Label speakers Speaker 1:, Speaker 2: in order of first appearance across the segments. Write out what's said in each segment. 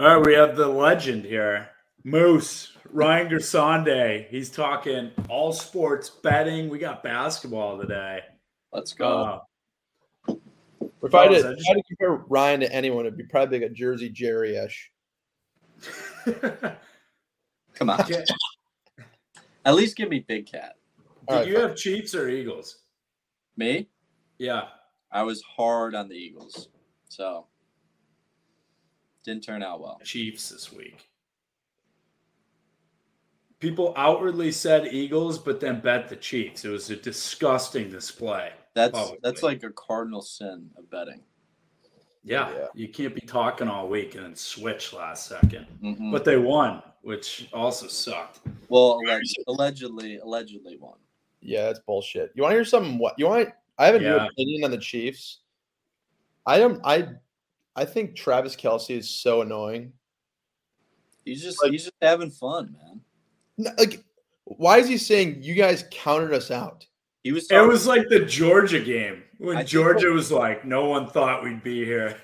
Speaker 1: All right, we have the legend here. Moose, Ryan Gersonde. He's talking all sports betting. We got basketball today.
Speaker 2: Let's go.
Speaker 1: Wow.
Speaker 2: if I had, to,
Speaker 1: fellas, I
Speaker 2: if
Speaker 1: just-
Speaker 2: I had to compare Ryan to anyone, it'd be probably like a Jersey Jerry ish.
Speaker 3: Come on.
Speaker 1: Did
Speaker 3: At least give me Big Cat.
Speaker 2: All
Speaker 1: you have Chiefs or Eagles?
Speaker 3: Me,
Speaker 1: Yeah.
Speaker 3: I was hard on the Eagles. So didn't turn out well.
Speaker 1: Chiefs this week. People outwardly said Eagles, but then bet the Chiefs. It was a disgusting display.
Speaker 3: That's
Speaker 1: Probably.
Speaker 3: that's like a cardinal sin of betting.
Speaker 1: Yeah,
Speaker 2: Yeah.
Speaker 1: you can't be talking all week and then switch last second.
Speaker 3: Mhm.
Speaker 1: But they won, which also sucked.
Speaker 3: Well, alleged, allegedly, allegedly won.
Speaker 2: Yeah, that's bullshit. You want to hear something? What you want? I have a new
Speaker 1: Yeah.
Speaker 2: opinion on the Chiefs. I am. I. I think Travis Kelsey is so annoying.
Speaker 3: He's just
Speaker 2: Like-
Speaker 3: he's just having fun, man.
Speaker 2: N- Like, why is he saying you guys counted us out?
Speaker 3: He was
Speaker 1: It
Speaker 3: talking-
Speaker 1: was like the Georgia game when
Speaker 3: I think-
Speaker 1: Georgia was like, no one thought we'd be here.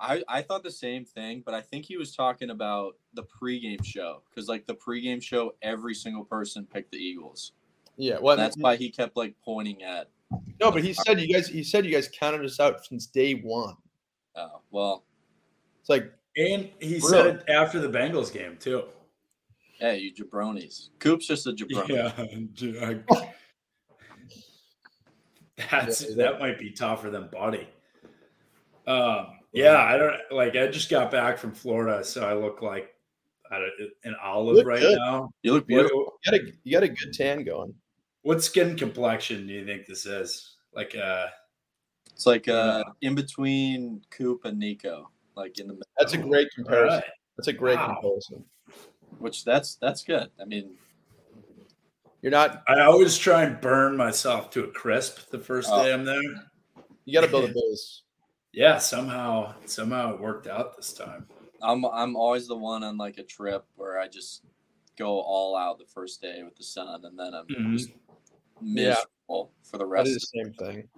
Speaker 3: I, I thought the same thing, but I think he was talking about the pregame show because like the pregame show, every single person picked the Eagles.
Speaker 2: Yeah, well,
Speaker 3: And that's why he kept like pointing at.
Speaker 2: no, but he said you guys. He said you guys counted us out since day one.
Speaker 3: Oh well,
Speaker 2: It's like
Speaker 1: And he
Speaker 2: Really?
Speaker 1: said it after the Bengals game, too.
Speaker 3: hey, you jabronis. Coop's just a jabroni.
Speaker 1: Yeah. I- That's
Speaker 2: Yeah,
Speaker 1: that might be tougher than Buddy. Um, yeah, I don't like. I just got back from Florida, so I look like I don't- an olive
Speaker 2: look
Speaker 1: right
Speaker 2: good.
Speaker 1: now.
Speaker 3: You look
Speaker 1: What,
Speaker 3: beautiful.
Speaker 2: you got a you got a good tan going.
Speaker 1: what skin complexion do you think this is? Like, uh,
Speaker 3: It's like uh, in between Coop and Nico, like in the middle.
Speaker 2: That's a great
Speaker 1: all
Speaker 2: comparison.
Speaker 1: right.
Speaker 2: That's a great
Speaker 1: Wow.
Speaker 2: comparison.
Speaker 3: Which that's that's good. I mean,
Speaker 2: You're not.
Speaker 1: I always try and burn myself to a crisp the first
Speaker 3: Oh.
Speaker 1: day I'm there.
Speaker 2: You got to build a base.
Speaker 1: Yeah, somehow somehow it worked out this time.
Speaker 3: I'm I'm always the one on like a trip where I just go all out the first day with the sun, and then I'm
Speaker 1: Mm-hmm.
Speaker 3: just miserable for the
Speaker 2: I
Speaker 3: rest.
Speaker 2: do
Speaker 3: of
Speaker 2: the same thing.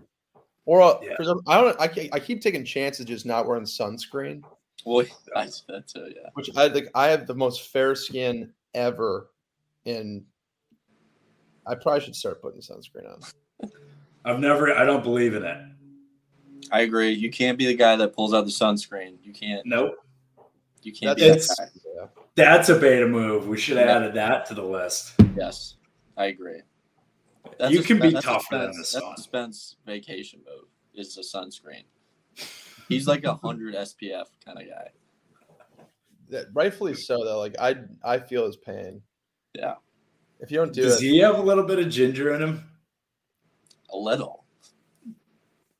Speaker 2: Or uh,
Speaker 1: Yeah.
Speaker 2: for some, I don't. I, ke- I keep taking chances just not wearing sunscreen,
Speaker 3: Well, I did that too. Yeah.
Speaker 2: which I think I have the most fair skin ever, and I probably should start putting sunscreen on.
Speaker 1: I've never. I don't believe in it.
Speaker 3: I agree. You can't be the guy that pulls out the sunscreen. You can't.
Speaker 1: Nope.
Speaker 3: You can't
Speaker 1: That's-
Speaker 3: be that
Speaker 2: Yeah.
Speaker 1: That's a beta move. We should have
Speaker 3: Yeah.
Speaker 1: added that to the list.
Speaker 3: guy. Yes, I agree. That's
Speaker 1: You
Speaker 3: a
Speaker 1: can
Speaker 3: spe-
Speaker 1: be
Speaker 3: that's a
Speaker 1: tougher than
Speaker 3: Spence-
Speaker 1: the sun.
Speaker 3: That's a Spence vacation move. Is the sunscreen. He's like a hundred SPF kind of guy.
Speaker 2: That, rightfully so, though. Like I, I feel his pain.
Speaker 3: Yeah.
Speaker 2: If you don't do
Speaker 1: Does
Speaker 2: it,
Speaker 1: he have a little bit of ginger in him?
Speaker 3: A little.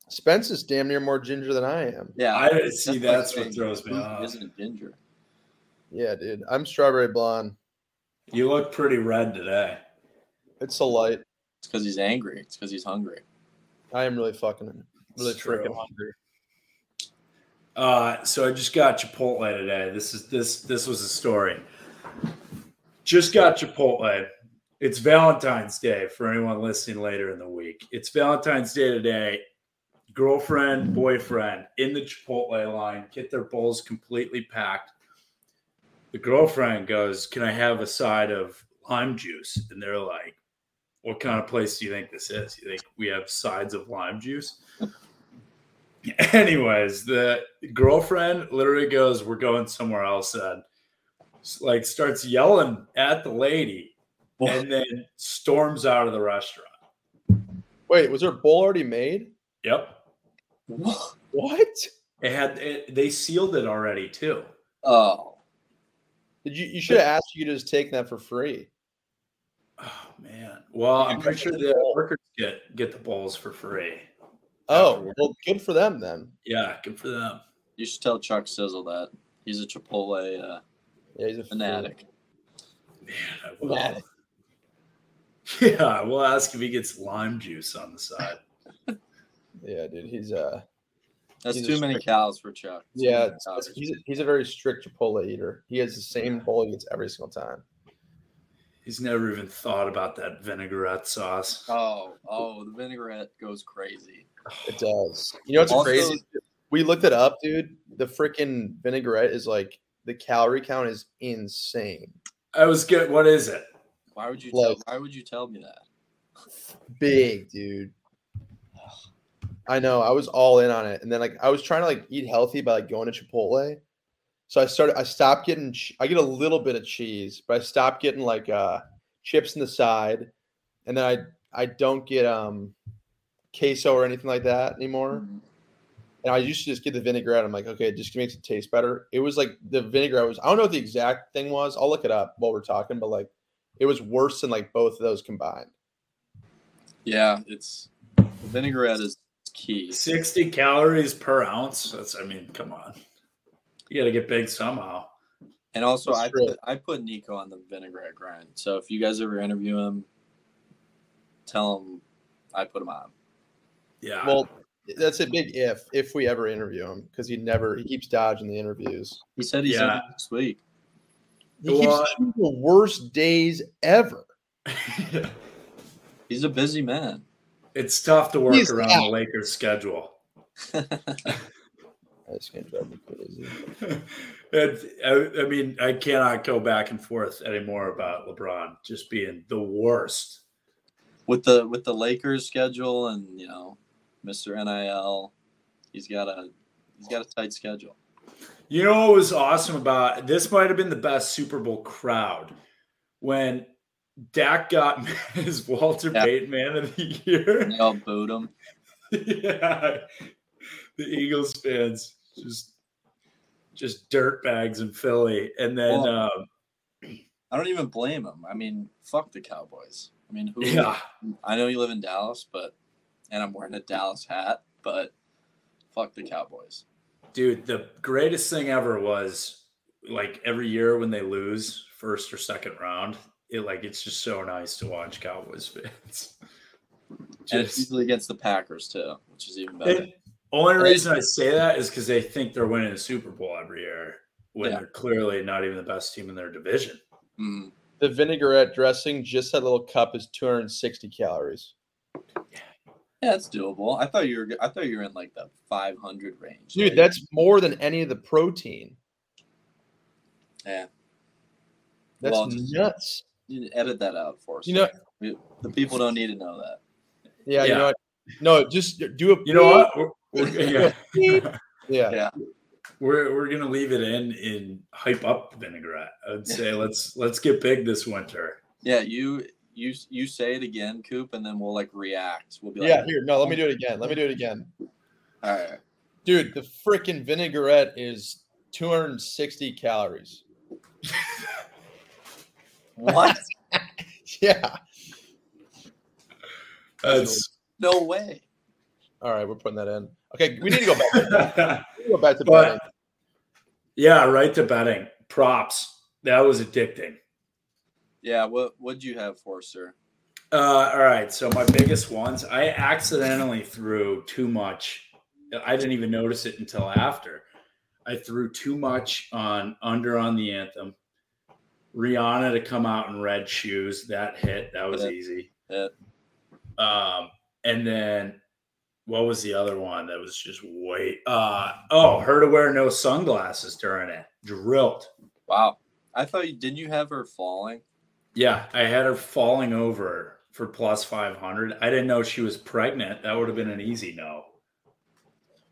Speaker 2: Spence is damn near more ginger than I am.
Speaker 3: Yeah.
Speaker 1: I see.
Speaker 3: like
Speaker 1: That's what
Speaker 3: saying
Speaker 1: throws me
Speaker 3: Coop
Speaker 1: off.
Speaker 3: Isn't ginger.
Speaker 2: Yeah, dude. I'm strawberry blonde.
Speaker 1: You look pretty red today.
Speaker 2: It's a light.
Speaker 3: It's because he's angry. It's because he's hungry.
Speaker 2: I am really fucking, really
Speaker 1: It's true.
Speaker 2: freaking hungry.
Speaker 1: Uh, so I just got Chipotle today. This is this this was a story. Just got Chipotle. It's Valentine's Day for anyone listening later in the week. It's Valentine's Day today. Girlfriend, boyfriend in the Chipotle line get their bowls completely packed. The girlfriend goes, "Can I have a side of lime juice?" And they're like, "What kind of place do you think this is? You think we have sides of lime juice?" Anyways, the girlfriend literally goes, "We're going somewhere else." And like starts yelling at the lady, and then storms out of the restaurant.
Speaker 2: Wait, was there a bowl already made?
Speaker 1: Yep,
Speaker 2: What?
Speaker 1: it had it, they sealed it already too.
Speaker 3: Oh,
Speaker 2: Did you? You should have asked you to just take that for free.
Speaker 1: Oh man! Well, I'm pretty sure the workers get get the bowls for free.
Speaker 2: Oh,
Speaker 1: afterward.
Speaker 2: well, good for them then.
Speaker 1: Yeah, good for them.
Speaker 3: you should tell Chuck Sizzle that he's a Chipotle uh,
Speaker 2: Yeah, he's a
Speaker 3: fanatic.
Speaker 1: Man, I will.
Speaker 2: Fanatic.
Speaker 1: Yeah, we'll ask if he gets lime juice on the side.
Speaker 2: Yeah, dude, he's uh,
Speaker 3: That's
Speaker 2: He's a
Speaker 3: too many
Speaker 2: strict- cows
Speaker 3: cows for Chuck.
Speaker 2: yeah, it's- it's- he's a, he's a very strict Chipotle eater. He has the same bowl he gets every single time.
Speaker 1: He's never even thought about that vinaigrette sauce.
Speaker 3: Oh, oh, the vinaigrette goes crazy.
Speaker 2: It does. You know what's
Speaker 3: Also-
Speaker 2: crazy? We looked it up, dude. The freaking vinaigrette is like the the calorie count is insane.
Speaker 1: I was good. What is it?
Speaker 3: Why would you?
Speaker 2: Like-
Speaker 3: tell, why would you tell me that?
Speaker 2: Big, dude. I know. I was all in on it, and then like I was trying to like eat healthy by like going to Chipotle. So I started. I stopped getting. ch- I get a little bit of cheese, but I stopped getting like uh chips in the side, and then I I don't get um queso or anything like that
Speaker 3: Mm.
Speaker 2: anymore. And I used to just get the vinaigrette. I'm like, okay, it just makes it taste better. It was like the vinaigrette was. I don't know what the exact thing was. I'll look it up while we're talking, but like it was worse than like both of those combined.
Speaker 3: Yeah, it's vinaigrette is key.
Speaker 1: 60 calories per ounce. That's, I mean, come on. You got to get big somehow.
Speaker 3: And also,
Speaker 2: That's
Speaker 3: I
Speaker 2: true.
Speaker 3: put, I put Nico on the vinaigrette grind. So if you guys ever interview him, tell him I put him on.
Speaker 1: Yeah.
Speaker 2: Well, that's a big if if we ever interview him because he never he keeps dodging the interviews.
Speaker 3: He said he's
Speaker 1: Yeah.
Speaker 3: in next week.
Speaker 2: He keeps
Speaker 1: Well, uh,
Speaker 2: having the worst days ever.
Speaker 3: He's a busy man.
Speaker 1: it's tough to work
Speaker 2: He's
Speaker 1: around
Speaker 2: out.
Speaker 1: the Lakers schedule.
Speaker 2: This game drive me crazy.
Speaker 1: It- I, I mean, I cannot go back and forth anymore about LeBron just being the worst.
Speaker 3: with the with the Lakers schedule and you know, Mr. NIL, he's got a he's got a tight schedule.
Speaker 1: You know what was awesome about this? Might have been the best Super Bowl crowd when Dak got his Walter
Speaker 3: Yeah.
Speaker 1: Payton Man of the Year.
Speaker 3: And they all booed him.
Speaker 1: yeah. The Eagles fans just just dirt bags in Philly. And then
Speaker 3: Well-
Speaker 1: um,
Speaker 3: I don't even blame him. I mean, fuck the Cowboys. I mean, who?
Speaker 1: yeah,
Speaker 3: I know you live in Dallas, but and I'm wearing a Dallas hat, but fuck the Cowboys.
Speaker 1: dude, the greatest thing ever was like every year when they lose first or second round, it like it's just so nice to watch Cowboys fans.
Speaker 3: And it's
Speaker 1: Just,
Speaker 3: usually against the Packers too, which is even better.
Speaker 1: and only
Speaker 2: and it-
Speaker 1: reason I say that is because they think they're winning the Super Bowl every year when
Speaker 3: Yeah.
Speaker 1: they're clearly not even the best team in their division.
Speaker 3: Mm.
Speaker 2: The vinaigrette dressing, just that little cup is 260 calories.
Speaker 3: Yeah, it's doable. I thought you were I thought you were in like the 500 range.
Speaker 2: Dude, that's more than any of the protein.
Speaker 3: Yeah.
Speaker 2: That's
Speaker 3: Well, just-
Speaker 2: nuts.
Speaker 3: You edit that out for us.
Speaker 2: You know-
Speaker 3: We- the people don't need to know that.
Speaker 2: Yeah, you
Speaker 1: Yeah.
Speaker 2: know what? No, just do a
Speaker 1: You know what? We're- we're- yeah.
Speaker 2: Yeah.
Speaker 1: We're we're gonna leave it in in hype up vinaigrette. I'd say let's let's get big this winter.
Speaker 3: Yeah, you you you say it again, Coop, and then we'll like react. We'll be like,
Speaker 2: Yeah, here. No, let me do it again. Let me do it again.
Speaker 3: all right,
Speaker 2: Dude, the freaking vinaigrette is 260 calories.
Speaker 3: what?
Speaker 2: Yeah.
Speaker 1: That's
Speaker 3: no way.
Speaker 2: All right, we're putting that in. Okay, we need to go back.
Speaker 1: but
Speaker 2: we need to go back to betting.
Speaker 1: yeah, right to betting props. That was addicting.
Speaker 3: Yeah, what what'd you have for sir?
Speaker 1: Uh, all right, so my biggest ones. I accidentally threw too much. I didn't even notice it until after. I threw too much on under on the anthem. Rihanna to come out in red shoes. That hit. That was
Speaker 3: Hit.
Speaker 1: easy.
Speaker 3: Hit.
Speaker 1: Um, and then what was the other one that was just way? Uh, oh, her to wear no sunglasses during it. Drilled.
Speaker 3: Wow, I thought you didn't you have her falling?
Speaker 1: Yeah, I had her falling over for plus 500. I didn't know she was pregnant. That would have been an easy no.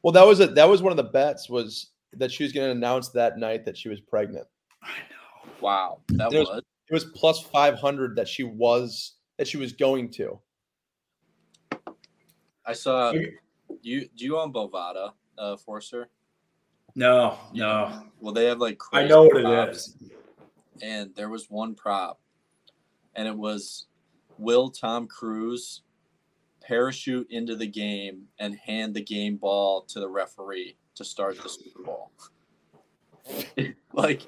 Speaker 2: Well, that was a, that was one of the bets was that she was going to announce that night that she was pregnant.
Speaker 1: I know.
Speaker 3: Wow, that
Speaker 2: There's-
Speaker 3: was
Speaker 2: It was plus 500 that she was that she was going to.
Speaker 3: I saw
Speaker 1: Okay.
Speaker 3: you. Do you own Bovada, uh, Forcer?
Speaker 1: No, no.
Speaker 3: Well, they have like
Speaker 1: I
Speaker 3: crazy
Speaker 1: know what it
Speaker 3: props,
Speaker 1: is.
Speaker 3: And there was one prop, and it was will Tom Cruise parachute into the game and hand the game ball to the referee to start the Super Bowl? like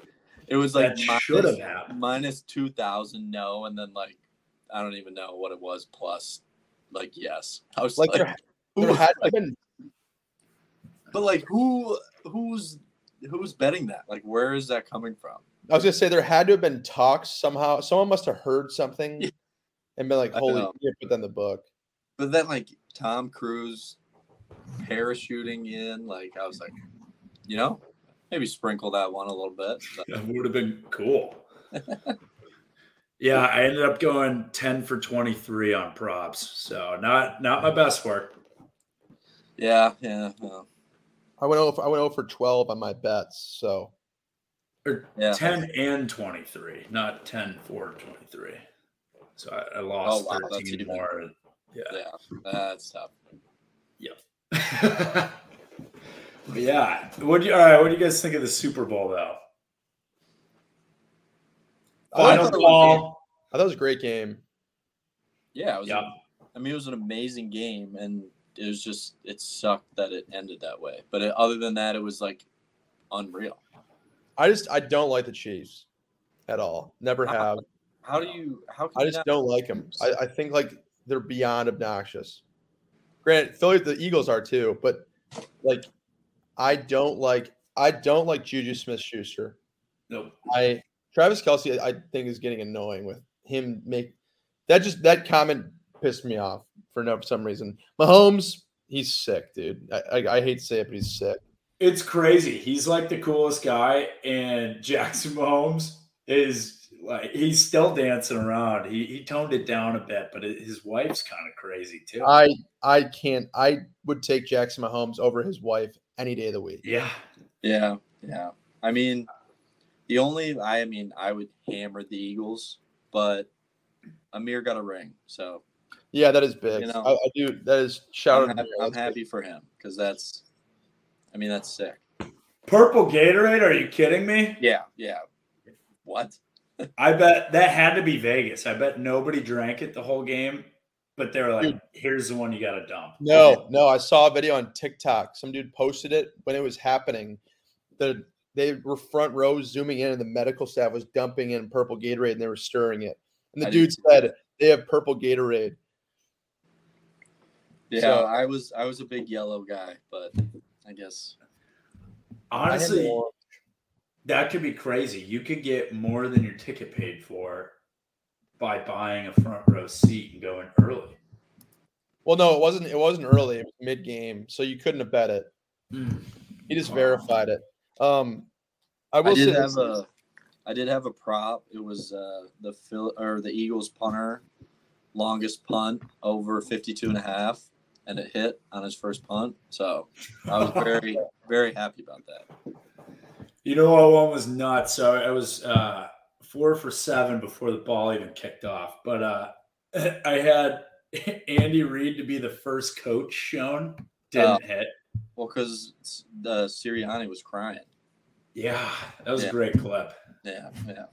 Speaker 3: it was like
Speaker 1: That should have
Speaker 3: minus,
Speaker 1: happened.
Speaker 3: minus two thousand no, and then like I don't even know what it was plus like yes. I was
Speaker 2: Like
Speaker 3: like,
Speaker 2: there,
Speaker 3: who-
Speaker 2: there had to have been
Speaker 3: but like who who's who's betting that? Like where is that coming from?
Speaker 2: I was going to say there had to have been talks somehow. Someone must have heard something
Speaker 3: Yeah.
Speaker 2: and been like,
Speaker 3: I
Speaker 2: "Holy
Speaker 3: know.
Speaker 2: shit, put that in the book."
Speaker 3: But then like Tom Cruise parachuting in, like I was like, you know, maybe sprinkle that one a little bit. but-
Speaker 1: That would have been cool. yeah, I ended up going 10 for 23 on props. So not not my best work.
Speaker 3: yeah, yeah, well,
Speaker 2: I went over I went over twelve on my bets, so
Speaker 1: Or
Speaker 3: yeah.
Speaker 1: 10 and 23, not 10 for 23. So I, I
Speaker 3: Oh,
Speaker 1: lost
Speaker 3: wow, that's
Speaker 1: 13
Speaker 3: even-
Speaker 1: more.
Speaker 3: yeah, that's tough.
Speaker 1: Yeah. but yeah. What do you all right? What do you guys think of the Super Bowl though?
Speaker 2: Oh, I
Speaker 1: Final
Speaker 2: thought, it was,
Speaker 1: call.
Speaker 2: I thought it was a great game.
Speaker 3: Yeah, it was.
Speaker 1: Yep.
Speaker 3: I mean, it was an amazing game, and it was just it sucked that it ended that way. But it, other than that, it was like unreal.
Speaker 2: I just I don't like the Chiefs at all. Never
Speaker 3: Wow.
Speaker 2: have.
Speaker 3: How do you? How can
Speaker 2: I
Speaker 3: you
Speaker 2: just
Speaker 3: not-
Speaker 2: don't like them. I, I think like they're beyond obnoxious. Granted, Philly, the Eagles are too, but like I don't like I don't like Juju Smith Schuster.
Speaker 1: Nope.
Speaker 2: I Travis Kelsey, I think is getting annoying with him make that just that comment pissed me off for no for some reason. Mahomes, he's sick, dude. I, I, I hate to say it, but he's sick.
Speaker 1: It's crazy. He's like the coolest guy, and Jackson Mahomes is like he's still dancing around. He he toned it down a bit, but it, his wife's kind of crazy too.
Speaker 2: I I can't I would take Jackson Mahomes over his wife any day of the week.
Speaker 1: yeah,
Speaker 3: Yeah, yeah. I mean, the only I mean, I would hammer the Eagles, but Amir got a ring, so
Speaker 2: Yeah, that is big.
Speaker 3: You know,
Speaker 2: I, I do that is shout
Speaker 3: I'm,
Speaker 2: out.
Speaker 3: hap-
Speaker 2: to Mario.
Speaker 3: I'm
Speaker 2: That's big.
Speaker 3: happy for him because that's. I mean, that's sick.
Speaker 1: purple Gatorade. Are you kidding me?
Speaker 3: Yeah, yeah. What?
Speaker 1: I bet that had to be Vegas. I bet nobody drank it the whole game, but they were like,
Speaker 2: Dude.
Speaker 1: "Here's the one you got to dump."
Speaker 2: No, no, I saw a video on TikTok. Some dude posted it when it was happening. The they were front row zooming in, and the medical staff was dumping in purple Gatorade, and they were stirring it. And the
Speaker 3: I didn't
Speaker 2: dude
Speaker 3: see that.
Speaker 2: said they have purple Gatorade.
Speaker 3: Yeah,
Speaker 2: So-
Speaker 3: I was I was a big yellow guy, but I guess
Speaker 2: I had
Speaker 1: Honestly,
Speaker 2: no-
Speaker 1: that could be crazy. You could get more than your ticket paid for by buying a front row seat and going early.
Speaker 2: Well, no, it wasn't. It wasn't early. It was mid game, so you couldn't have bet it. Hmm. He just
Speaker 1: Wow.
Speaker 2: verified it. Um, I
Speaker 3: I
Speaker 2: will say
Speaker 3: did
Speaker 2: this-
Speaker 3: have a I did have a prop. It was uh the Phil or the Eagles punter longest punt over 52 and a half and it hit on his first punt. So I was very very happy about that.
Speaker 1: You know what one was nuts? So I was uh, four for seven before the ball even kicked off. But uh, I had Andy Reid to be the first coach shown. Didn't
Speaker 3: Oh.
Speaker 1: hit.
Speaker 3: Well, cuz the Sirianni was crying.
Speaker 1: Yeah, that was
Speaker 3: Yeah.
Speaker 1: a great clip.
Speaker 3: Yeah, yeah.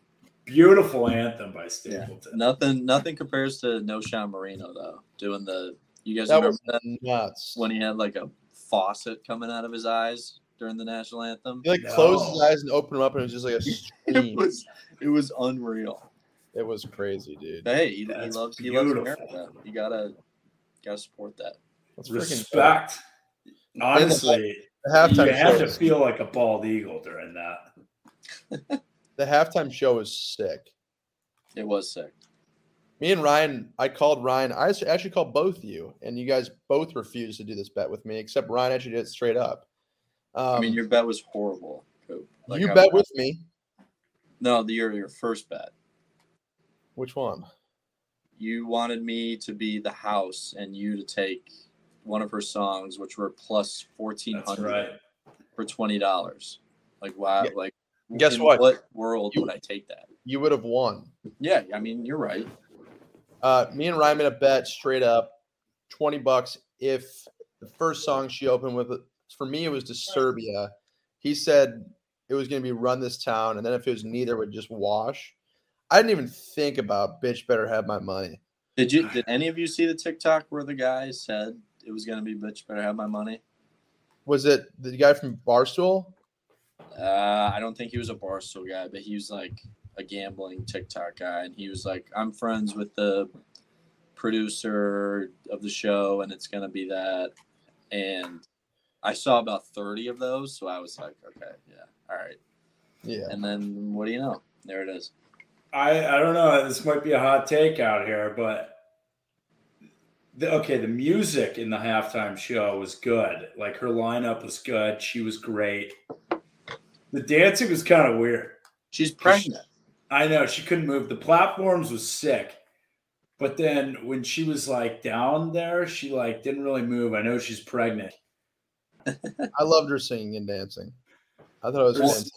Speaker 1: Beautiful anthem by Stapleton.
Speaker 3: Nothing nothing compares to No Sean Marino though, doing the you guys
Speaker 2: that
Speaker 3: remember that
Speaker 2: was nuts.
Speaker 3: when he had like a faucet coming out of his eyes during the national anthem?
Speaker 2: He like closed his
Speaker 1: No.
Speaker 2: eyes and opened them up, and it was just like a
Speaker 3: It
Speaker 2: stream.
Speaker 3: was it was unreal.
Speaker 2: it was crazy, dude.
Speaker 3: Hey, he, he
Speaker 1: That's
Speaker 3: loves he loves
Speaker 1: beautiful.
Speaker 3: America. You gotta gotta support that.
Speaker 2: Let's freaking go.
Speaker 1: Respect. Honestly,
Speaker 2: The
Speaker 1: you
Speaker 2: halftime
Speaker 1: had
Speaker 2: show
Speaker 1: to
Speaker 2: was-
Speaker 1: feel like a bald eagle during that.
Speaker 2: The halftime show was sick.
Speaker 3: It was sick.
Speaker 2: Me and Ryan, I called Ryan. I s- actually called both you, and you guys both refused to do this bet with me, except Ryan actually did it straight up. Um,
Speaker 3: I mean, your bet was horrible. Coop. Like,
Speaker 2: you
Speaker 3: I-
Speaker 2: bet with me.
Speaker 3: no the your your first bet.
Speaker 2: Which one?
Speaker 3: You wanted me to be the house and you to take one of her songs, which were plus fourteen
Speaker 1: That's
Speaker 3: hundred
Speaker 1: right.
Speaker 3: for twenty dollars. Like wow,
Speaker 2: Yeah.
Speaker 3: like
Speaker 2: Guess
Speaker 3: in
Speaker 2: what?
Speaker 3: world
Speaker 2: You-
Speaker 3: would I take that?
Speaker 2: You would have won.
Speaker 3: Yeah, I mean you're right.
Speaker 2: Uh, me and Ryan made a bet straight up, twenty bucks if the first song she opened with. For me, it was to Serbia. He said it was going to be "Run This Town," and then if it was neither, it would just wash. I didn't even think about "Bitch Better Have My Money."
Speaker 3: Did you did any of you see the TikTok where the guy said it was gonna be bitch better have my money?
Speaker 2: was it the guy from Barstool?
Speaker 3: Uh, I don't think he was a Barstool guy, but he was like a gambling TikTok guy, and he was like, "I'm friends with the producer of the show, and it's gonna be that." And I saw about thirty of those, so I was like, "Okay, yeah, all right."
Speaker 2: Yeah.
Speaker 3: And then what do you know? There it is.
Speaker 1: I I don't know. This might be a hot take out here, but the, okay, the music in the halftime show was good. Like her lineup was good. She was great. The dancing was kind of weird.
Speaker 3: She's pregnant.
Speaker 1: I know she couldn't move. The platforms was sick. But then when she was like down there, she like didn't really move. I know she's pregnant.
Speaker 2: I loved her singing and dancing. I thought it was
Speaker 1: Well-
Speaker 2: fantastic.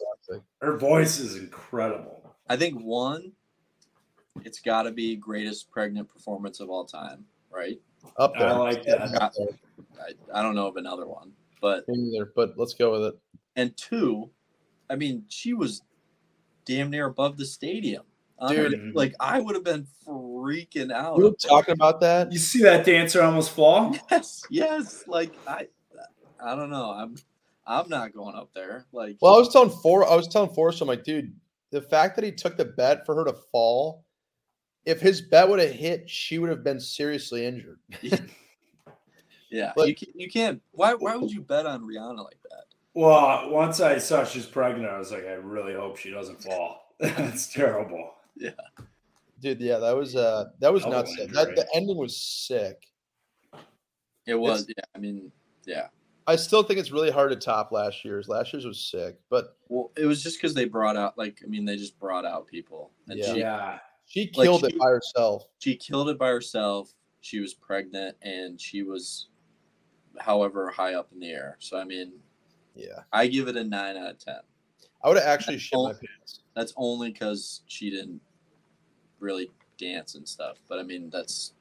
Speaker 1: Her voice is incredible.
Speaker 3: I think one, it's got to be greatest pregnant performance of all time, right?
Speaker 2: Up there.
Speaker 1: I like that.
Speaker 2: Up there.
Speaker 3: I, I don't know of another one, but
Speaker 2: Me neither, but let's go with it.
Speaker 3: and two, I mean, she was damn near above the stadium. on her-
Speaker 1: Dude.
Speaker 3: like I would have been freaking out.
Speaker 2: We were talking about that.
Speaker 1: You see that dancer almost fall?
Speaker 3: yes, yes. Like I, I don't know. I'm, I'm not going up there. Like,
Speaker 2: Well, I was telling four. I was telling Forrest, I'm like, dude, the fact that he took the bet for her to fall, if his bet would have hit, she would have been seriously injured.
Speaker 3: yeah,
Speaker 2: like-
Speaker 3: you can't. You can't. Why? Why would you bet on Rihanna like that?
Speaker 1: Well, once I saw she's pregnant, I was like, I really hope she doesn't fall. That's terrible.
Speaker 2: Dude, yeah, that was uh, that was
Speaker 1: Elbow
Speaker 2: nuts. That,
Speaker 1: injury.
Speaker 2: the ending was sick.
Speaker 3: It was. yeah. I mean, yeah.
Speaker 2: I still think it's really hard to top last year's. Last year's was sick, but
Speaker 3: Well, it was just because they brought out. Like, I mean, they just brought out people, and
Speaker 2: Yeah.
Speaker 3: she
Speaker 1: Yeah.
Speaker 2: she
Speaker 3: Like,
Speaker 2: killed
Speaker 3: she-
Speaker 2: it by herself.
Speaker 3: she killed it by herself. She was pregnant, and she was, however, high up in the air. So I mean,
Speaker 2: Yeah,
Speaker 3: I give it a nine out of ten.
Speaker 2: I would have actually shit my
Speaker 3: Oh.
Speaker 2: pants.
Speaker 3: That's only because she didn't really dance and stuff. But I mean, that's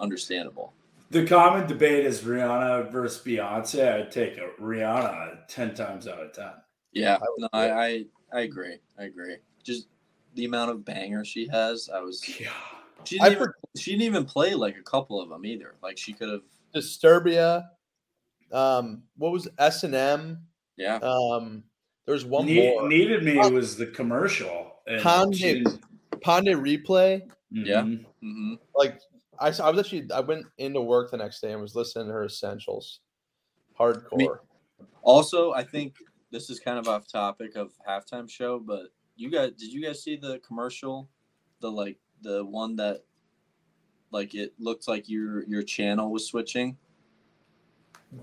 Speaker 3: understandable.
Speaker 1: The common debate is Rihanna versus Beyonce. I'd take a Rihanna 10 times out of 10.
Speaker 3: Yeah,
Speaker 2: I would
Speaker 3: no, I, I I agree. I agree. Just the amount of bangers she has. I was she
Speaker 1: Yeah.
Speaker 3: didn't,
Speaker 2: I
Speaker 3: even, she didn't even play like a couple of them either. Like she could have.
Speaker 2: Disturbia. Um, what was S and M?
Speaker 3: Yeah,
Speaker 2: Um, there was one
Speaker 1: Ne-
Speaker 2: more.
Speaker 1: Needed Me was the commercial. and
Speaker 2: Kanye.
Speaker 1: she didn't-
Speaker 2: Pande replay.
Speaker 3: Yeah.
Speaker 1: Mhm.
Speaker 3: hmm
Speaker 2: like I, s- I was actually I went into work the next day and was listening to her essentials, hardcore.
Speaker 3: Also, I think this is kind of off topic of halftime show, but you guys, did you guys see the commercial? The like the one that like it looked like your your channel was switching.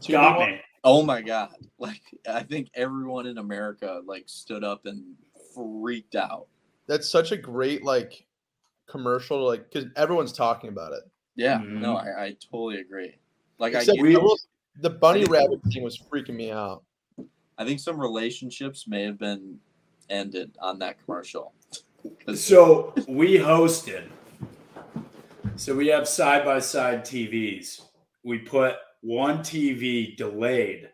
Speaker 2: Two
Speaker 1: Got
Speaker 2: to one.
Speaker 1: me.
Speaker 3: Oh my god! Like I think everyone in America like stood up and freaked out.
Speaker 2: That's such a great like commercial, like because everyone's talking about it.
Speaker 3: Yeah,
Speaker 1: Mhm.
Speaker 3: no, I, I totally agree. Like I,
Speaker 2: Except
Speaker 3: get-
Speaker 2: I will- the bunny
Speaker 3: didn't-
Speaker 2: rabbit thing was freaking me out.
Speaker 3: I think some relationships may have been ended on that commercial. 'Cause-
Speaker 1: So we hosted. So we have side by side TVs. We put one TV delayed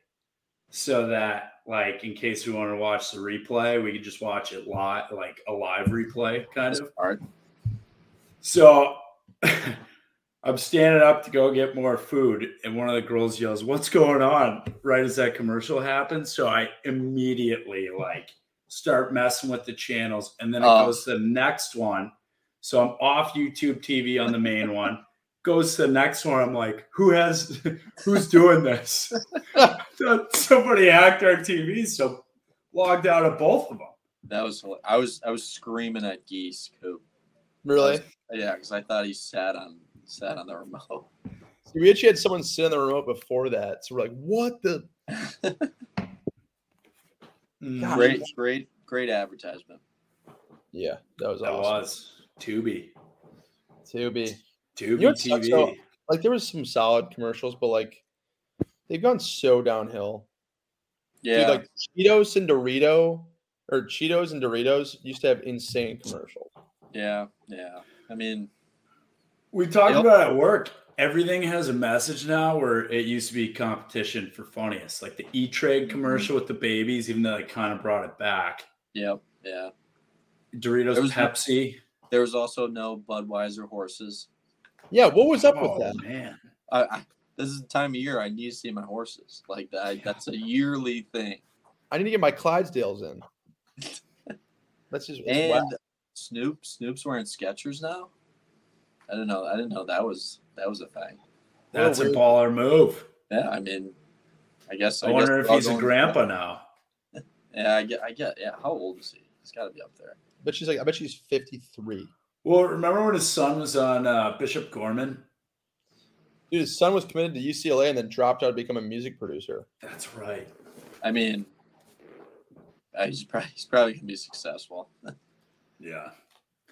Speaker 1: so that, like, in case we want to watch the replay, we could just watch it live, like a live replay kind of.
Speaker 3: All right.
Speaker 1: So I'm standing up to go get more food, and one of the girls yells, "What's going on?" Right as that commercial happens, so I immediately like start messing with the channels, and then it
Speaker 3: Oh.
Speaker 1: goes to the next one. So I'm off YouTube TV on the main one. Goes to the next one. I'm like, who has, who's doing this? Somebody hacked our TV, so logged out of both of them.
Speaker 3: that was hila- I was I was screaming at Geese Coop.
Speaker 2: Really?
Speaker 3: Yeah, because I thought he sat on sat on the remote.
Speaker 2: See, we actually had someone sit on the remote before that, so we're like, "What the?"
Speaker 1: Mm,
Speaker 2: God,
Speaker 3: Great, great, great advertisement.
Speaker 2: Yeah, that was
Speaker 1: that
Speaker 2: awesome.
Speaker 1: was Tubi.
Speaker 2: To be
Speaker 1: Tubi
Speaker 2: know what sucks, though?
Speaker 1: TV.
Speaker 2: like, there was some solid commercials, but like, they've gone so downhill.
Speaker 3: Yeah,
Speaker 2: Dude, like Cheetos and Dorito or Cheetos and Doritos used to have insane commercials.
Speaker 3: yeah, yeah. I mean,
Speaker 1: We talked
Speaker 3: Yep.
Speaker 1: about it at work. Everything has a message now where it used to be competition for funniest, like the E Trade
Speaker 2: Mm-hmm.
Speaker 1: commercial with the babies, even though they kind of brought it back.
Speaker 3: yeah, yeah.
Speaker 1: Doritos,
Speaker 3: There was-
Speaker 1: Pepsi.
Speaker 3: There was also no Budweiser horses.
Speaker 2: Yeah, what was up
Speaker 1: oh,
Speaker 2: with that?
Speaker 1: man.
Speaker 3: I, I, this is the time of year I need to see my horses. Like that, that's a yearly thing.
Speaker 2: I need to get my Clydesdales in. That's just it's
Speaker 3: And
Speaker 2: whack.
Speaker 3: Snoop, Snoop's wearing Skechers now. I didn't know. I didn't know that was that was a thing.
Speaker 1: That's a
Speaker 2: weird.
Speaker 1: baller move.
Speaker 3: Yeah, I mean, I guess.
Speaker 1: I,
Speaker 3: guess
Speaker 1: wonder
Speaker 3: we're
Speaker 1: if
Speaker 3: all
Speaker 1: he's a
Speaker 3: going-
Speaker 1: grandpa now.
Speaker 3: Yeah, I get. I get. Yeah, how old is he? He's got to be up there.
Speaker 2: but she's like, I bet she's fifty three.
Speaker 1: Well, remember when his son was on uh, Bishop Gorman?
Speaker 2: Dude, his son was committed to UCLA and then dropped out to become a music producer.
Speaker 1: That's right.
Speaker 3: I mean, Uh, he's probably he's probably gonna be successful.
Speaker 1: Yeah.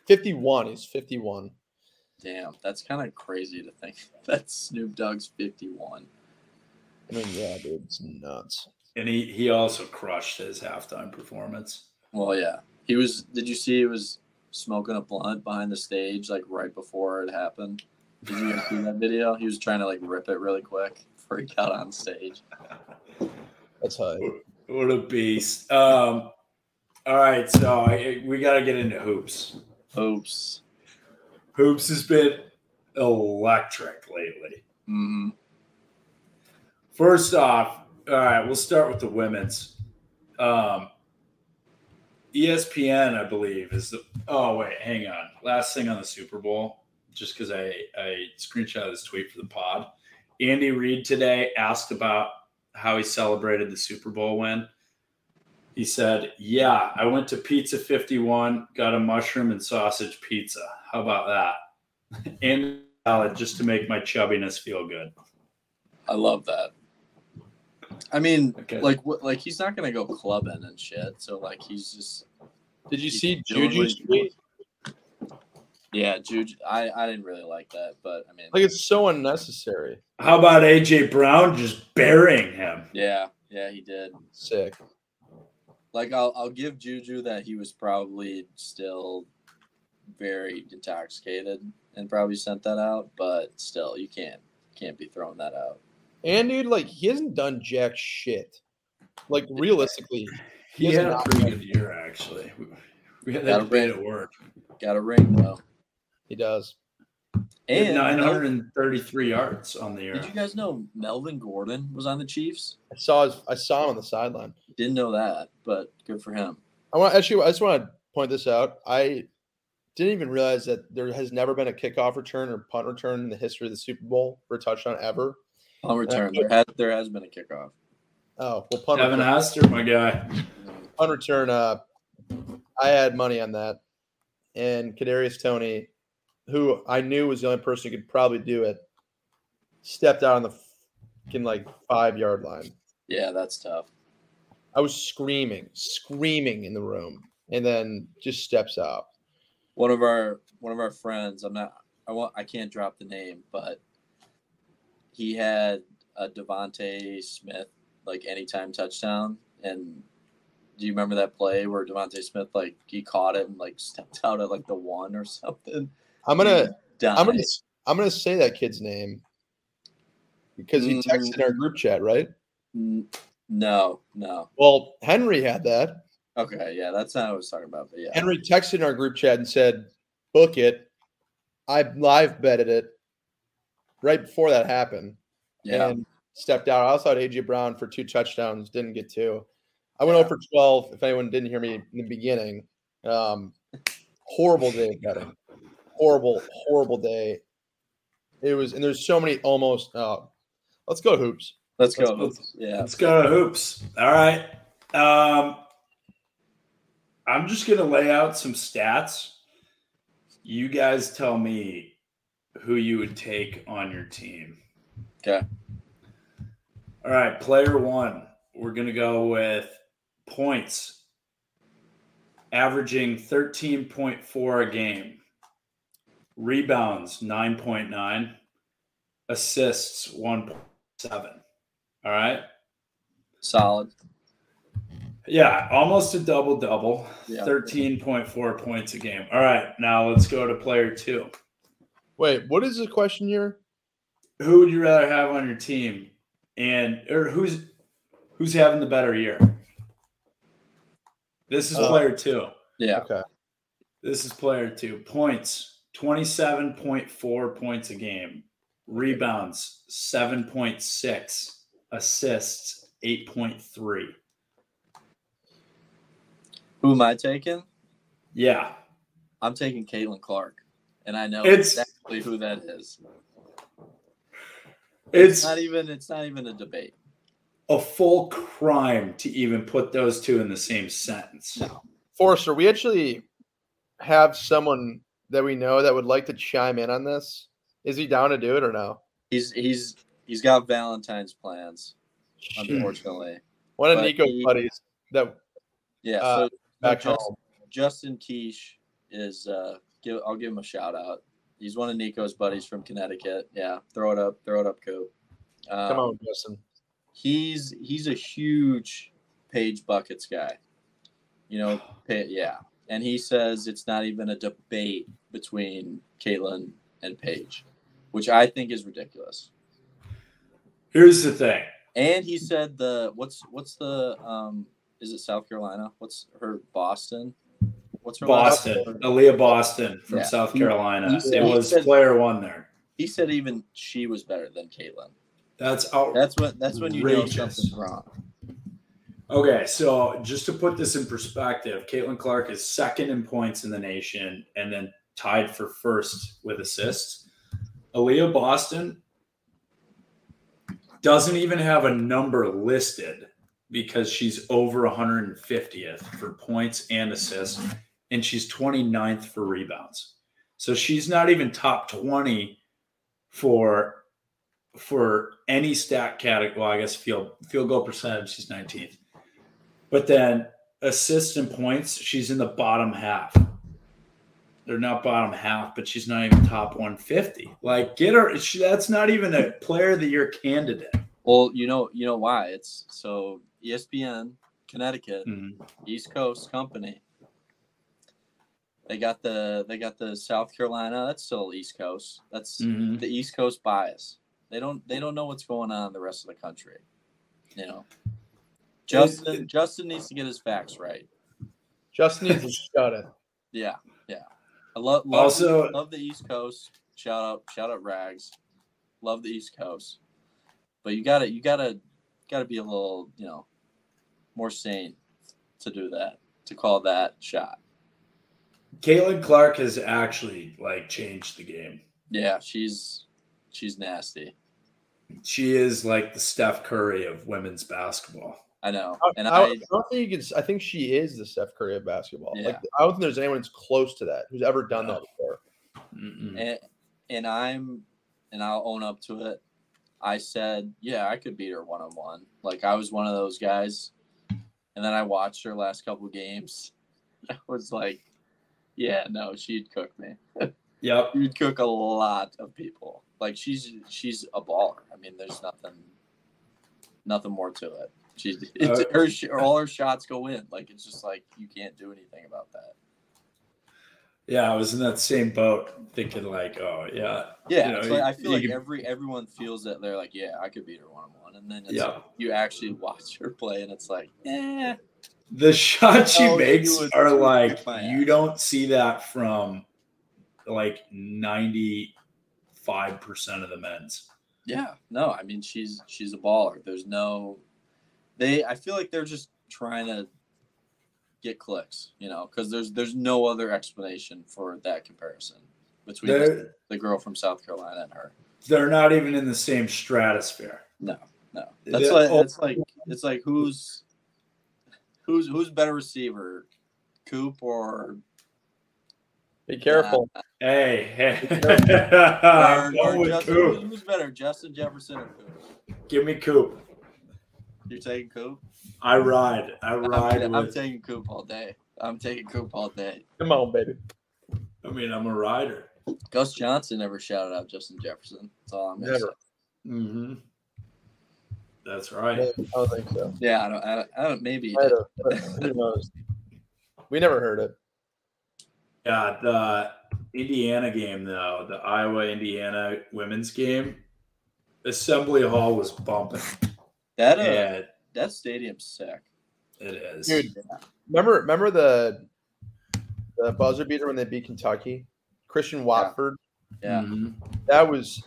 Speaker 2: 51. He's 51.
Speaker 3: Damn, that's kind of crazy to think that Snoop Dogg's 51.
Speaker 2: I mean, yeah, dude, it's nuts.
Speaker 1: And he, he also crushed his halftime performance.
Speaker 3: Well, yeah, he was. Did you see he was smoking a blunt behind the stage like right before it happened? Did you guys see that video? He was trying to like rip it really quick before he got on stage.
Speaker 2: That's high.
Speaker 1: What a beast. Um, all right. So I, we got to get into hoops.
Speaker 3: Oops.
Speaker 1: Hoops has been electric lately.
Speaker 3: Mm-hmm.
Speaker 1: First off, all right, we'll start with the women's. Um, E ESPN, I believe, is the. Oh wait, hang on. Last thing on the Super Bowl, just because I I screenshot this tweet for the pod. Andy Reid today asked about how he celebrated the Super Bowl win. He said, "Yeah, I went to Pizza 51, got a mushroom and sausage pizza. How about that? and salad just to make my chubbiness feel good."
Speaker 3: I love that. I mean,
Speaker 1: Okay.
Speaker 3: like, what, like he's not gonna go clubbing and shit. So like, he's just
Speaker 2: Did you
Speaker 3: He's
Speaker 2: see
Speaker 3: doing what
Speaker 2: Juju's
Speaker 3: he's doing.
Speaker 2: tweet?
Speaker 3: yeah, Juju. I I didn't really like that, but I mean,
Speaker 2: Like, it's so unnecessary.
Speaker 1: How about AJ Brown just burying him?
Speaker 3: yeah, yeah, he did.
Speaker 2: Sick.
Speaker 3: Like, I'll I'll give Juju that he was probably still very intoxicated and probably sent that out, but still, you can't can't be throwing that out.
Speaker 2: And, dude, like, he hasn't done jack shit. Like, realistically,
Speaker 1: He,
Speaker 2: He
Speaker 1: had
Speaker 2: has
Speaker 1: a
Speaker 2: not
Speaker 1: pretty good year, actually. We- We had that
Speaker 3: That'll
Speaker 1: debate
Speaker 3: be-
Speaker 1: at work.
Speaker 3: Got a ring though,
Speaker 2: he does.
Speaker 1: He had
Speaker 3: and uh,
Speaker 1: 933 yards on the year.
Speaker 3: Did you guys know Melvin Gordon was on the Chiefs?
Speaker 2: I saw his, I saw him on the sideline.
Speaker 3: Didn't know that, but good for him.
Speaker 2: I want actually. I just want to point this out. I didn't even realize that there has never been a kickoff return or punt return in the history of the Super Bowl for a touchdown ever.
Speaker 3: On return, there has there has been a kickoff.
Speaker 2: Oh well, punt
Speaker 1: Evan
Speaker 2: return,
Speaker 1: Hester, my guy.
Speaker 2: punt return. Uh, I had money on that, and Kadarius Tony, who I knew was the only person who could probably do it, stepped out on the fucking like five yard line.
Speaker 3: Yeah, that's tough.
Speaker 2: I was screaming, screaming in the room, and then just steps out.
Speaker 3: one of our one of our friends i'm not i want i can't drop the name but he had a devonte smith like anytime touchdown and do you remember that play where devonte smith like he caught it and like stepped out at like the one or something
Speaker 2: I'm gonna.
Speaker 3: Died.
Speaker 2: I'm gonna s- I'm gonna say that kid's name because he texted in our group chat, right?
Speaker 3: N- no no
Speaker 2: Well, Henry had that.
Speaker 3: okay yeah that's not what i was talking about but yeah
Speaker 2: Henry texted in our group chat and said, "Book it." I live betted it right before that happened
Speaker 3: yeah
Speaker 2: and stepped out. I also had AJ Brown for two touchdowns, didn't get two. I went over 12. If anyone didn't hear me in the beginning, um, horrible day at betting. Horrible, horrible day. It was, and there's so many almost. Oh, let's go hoops.
Speaker 3: let's go
Speaker 1: Let's-
Speaker 3: yeah
Speaker 1: Let's go to hoops. All right. Um, I'm just going to lay out some stats. You guys tell me who you would take on your team.
Speaker 3: Okay.
Speaker 1: All right. Player one, we're going to go with points, averaging 13.4 a game, rebounds, 9.9, assists, 1.7. All right.
Speaker 3: solid
Speaker 1: Yeah, almost a double double.
Speaker 3: Yeah.
Speaker 1: 13.4 points a game. All right. Now let's go to player two.
Speaker 2: Wait, what is the question here?
Speaker 1: Who would you rather have on your team? And or who's who's having the better year? This is
Speaker 2: Uh,
Speaker 1: player two.
Speaker 3: yeah
Speaker 2: Okay.
Speaker 1: This is player two. Points 27.4 points a game. Rebounds 7.6. Assists 8.3.
Speaker 3: who am i taking
Speaker 1: Yeah.
Speaker 3: i'm taking caitlin clark and i know
Speaker 1: It's-
Speaker 3: exactly who that is
Speaker 1: It's
Speaker 3: not even it's not even a debate.
Speaker 1: a full crime to even put those two in the same sentence.
Speaker 2: Forrester, we actually have someone that we know that would like to chime in on this. Is he down to do it or no?
Speaker 3: He's he's he's got Valentine's plans,
Speaker 2: Shoot.
Speaker 3: unfortunately.
Speaker 2: One of
Speaker 3: Um, But
Speaker 2: Nico's
Speaker 3: he-
Speaker 2: buddies that
Speaker 3: Yeah.
Speaker 2: Uh,
Speaker 3: so
Speaker 2: back
Speaker 3: Justin,
Speaker 2: home.
Speaker 3: Justin Keish is uh give I'll give him a shout out. He's one of Nico's buddies from Connecticut. Yeah. Throw it up, throw it up, Coop. Um,
Speaker 2: Come on, Justin.
Speaker 3: he's he's a huge page buckets guy you know pa yeah and he says it's not even a debate between Caitlin and Paige, which I think is ridiculous.
Speaker 1: Here's the thing.
Speaker 3: And he said the what's what's the um is it South Carolina? What's her Boston? What's her last
Speaker 1: Boston,
Speaker 3: name?
Speaker 1: Aaliyah Boston from
Speaker 3: Yeah.
Speaker 1: South
Speaker 3: He-
Speaker 1: Carolina.
Speaker 3: he
Speaker 1: it
Speaker 3: said- he
Speaker 1: was
Speaker 3: said-
Speaker 1: player one there.
Speaker 3: He said even she was better than Caitlin.
Speaker 1: That's out.
Speaker 3: That's what that's when you know
Speaker 1: Outrageous.
Speaker 3: something's wrong.
Speaker 1: Okay, so just to put this in perspective, Caitlin Clark is second in points in the nation and then tied for first with assists. Aaliyah Boston doesn't even have a number listed because she's over 150th for points and assists, and she's 29th for rebounds. So she's not even top 20 for for any stat category. Well, I guess field field goal percentage, she's 19th. But then assists and points, she's in the bottom half. They're not bottom half, but she's not even top 150. Like, get her. She, that's not even a player of the year candidate.
Speaker 3: Well, you know, you know why? It's so E ESPN, Connecticut,
Speaker 1: Mhm.
Speaker 3: East Coast company. They got the they got the South Carolina. That's still East Coast. That's
Speaker 1: Mhm.
Speaker 3: the East Coast bias. They don't they don't know what's going on in the rest of the country. You know, Justin Justin needs to get his facts right.
Speaker 2: Justin needs to shut it.
Speaker 3: Yeah, yeah. I love love,
Speaker 1: Also-
Speaker 3: love the East Coast. Shout out shout out Rags. Love the East Coast, but you gotta you gotta gotta be a little you know more sane to do that to call that shot.
Speaker 1: Caitlin Clark has actually like changed the game.
Speaker 3: Yeah, she's she's nasty.
Speaker 1: She is like the Steph Curry of women's basketball.
Speaker 3: I know.
Speaker 2: I,
Speaker 3: And
Speaker 2: I-
Speaker 3: I,
Speaker 2: I don't think you can. s- I think she is the Steph Curry of basketball.
Speaker 3: Yeah.
Speaker 2: Like I don't think there's anyone that's close to that who's ever done that before.
Speaker 1: Mm-mm.
Speaker 3: and, and I'm and I'll own up to it. I said, yeah, I could beat her one on one. Like I was one of those guys. And then I watched her last couple games. I was like, yeah, no, she'd cook me.
Speaker 1: Yep.
Speaker 3: She'd cook a lot of people. Like she's she's a baller. I mean, there's nothing nothing more to it. She's it's,
Speaker 1: Uh,
Speaker 3: her sh- all her shots go in. Like it's just like you can't do anything about that.
Speaker 1: Yeah, I was in that same boat thinking like, oh yeah,
Speaker 3: Yeah,
Speaker 1: You know,
Speaker 3: it's like, I
Speaker 1: you-
Speaker 3: feel
Speaker 1: you
Speaker 3: like
Speaker 1: could-
Speaker 3: every everyone feels that they're like, yeah, I could beat her one on one, and then it's,
Speaker 1: yeah.
Speaker 3: you actually watch her play, and it's like, eh,
Speaker 1: the shots she
Speaker 3: Oh, she
Speaker 1: makes
Speaker 3: was
Speaker 1: are
Speaker 3: too
Speaker 1: like
Speaker 3: good by
Speaker 1: you
Speaker 3: us.
Speaker 1: don't see that from like 95% of the men's
Speaker 3: yeah, no, I mean she's she's a baller. There's no, they, I feel like they're just trying to get clicks, you know, because there's there's no other explanation for that comparison between
Speaker 1: they're
Speaker 3: the girl from South Carolina and her.
Speaker 1: they're not even in the same stratosphere
Speaker 3: No,
Speaker 1: They-
Speaker 3: that's like
Speaker 1: oh.
Speaker 3: that's like it's like who's who's who's better receiver, Coop or
Speaker 2: Be careful.
Speaker 1: hey hey
Speaker 3: Or-
Speaker 1: I'm going
Speaker 3: or
Speaker 1: Um, with
Speaker 3: Justin-
Speaker 1: coop
Speaker 3: Who's better, Justin Jefferson or Coop?
Speaker 1: give me coop
Speaker 3: You're taking Coop.
Speaker 1: i ride i ride
Speaker 3: I'm, I'm
Speaker 1: with,
Speaker 3: taking Coop all day. I'm taking Coop all day.
Speaker 2: Come on, baby.
Speaker 1: i mean i'm a rider
Speaker 3: Gus Johnson never shouted out Justin Jefferson. That's all I'm gonna
Speaker 2: Never.
Speaker 3: say.
Speaker 1: hmm that's right
Speaker 2: I don't think so.
Speaker 3: Yeah, I don't. I don't, I don't maybe. he
Speaker 2: I
Speaker 3: did.
Speaker 2: don't- but who knows? We never heard it.
Speaker 1: Yeah, the Indiana game though, the Iowa Indiana women's game, Assembly Hall was bumping.
Speaker 3: That uh,
Speaker 1: Yeah,
Speaker 3: that stadium's sick.
Speaker 1: it is.
Speaker 2: Dude, remember remember the the buzzer beater when they beat Kentucky? Christian Watford.
Speaker 3: Yeah,
Speaker 1: Mhm.
Speaker 2: That was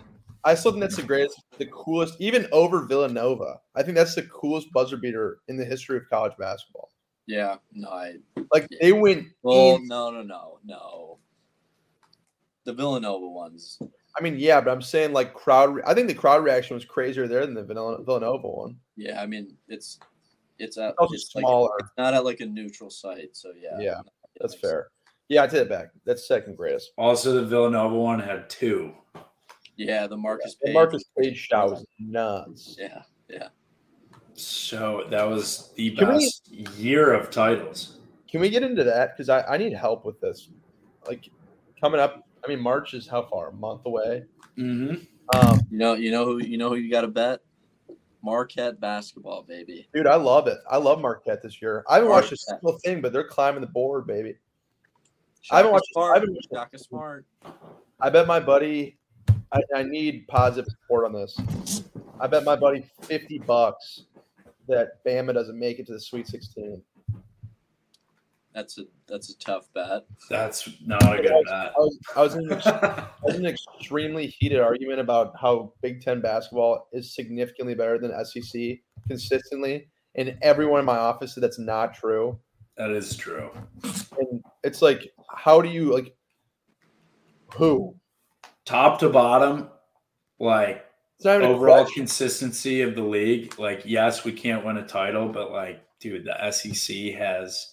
Speaker 2: I still think that's the greatest, the coolest, even over Villanova. I think that's the coolest buzzer beater in the history of college basketball.
Speaker 3: yeah. No, I.
Speaker 2: Like they went.
Speaker 3: Well,
Speaker 2: in-
Speaker 3: no, no, no, no. The Villanova ones.
Speaker 2: I mean, yeah, but I'm saying like crowd. I think the crowd reaction was crazier there than the Villan- Villanova one.
Speaker 3: Yeah, I mean it's it's at
Speaker 2: That was
Speaker 3: it's like
Speaker 2: smaller.
Speaker 3: not at like a neutral site. So yeah.
Speaker 2: Yeah,
Speaker 3: no, it
Speaker 2: that's
Speaker 3: makes
Speaker 2: fair. Yeah, I take it back. That's second greatest.
Speaker 1: Also, the Villanova one had two.
Speaker 3: Yeah, the Marcus
Speaker 2: The
Speaker 3: Page.
Speaker 2: Marcus Page shot was nuts.
Speaker 3: Yeah, yeah.
Speaker 1: So that was the
Speaker 2: Can we-
Speaker 1: best year of titles.
Speaker 2: Can we get into that? Because I, I need help with this. Like coming up, I mean, March is how far? A month away.
Speaker 1: Mm-hmm.
Speaker 2: Um,
Speaker 3: You know, you know who you know who you got to bet. Marquette basketball, baby.
Speaker 2: dude, I love it. I love Marquette this year. I haven't watched a
Speaker 3: Marquette.
Speaker 2: single thing, but they're climbing the board, baby. I haven't watched- I
Speaker 3: Smart.
Speaker 2: haven't watched-
Speaker 3: Shaka Smart.
Speaker 2: I bet my buddy. I, I need positive support on this. I bet my buddy fifty bucks that Bama doesn't make it to the Sweet Sixteen.
Speaker 3: That's a that's a tough bet.
Speaker 1: That's not a good
Speaker 2: I was, I was in
Speaker 1: bet.
Speaker 2: That was an extremely heated argument about how Big Ten basketball is significantly better than SEC consistently, and everyone in my office said that's not true.
Speaker 1: that is true.
Speaker 2: And it's like, how do you like? Who?
Speaker 1: Top to bottom, like
Speaker 2: It's not even a
Speaker 1: overall
Speaker 2: question.
Speaker 1: consistency of the league. Like, yes, we can't win a title, but like, dude, the SEC has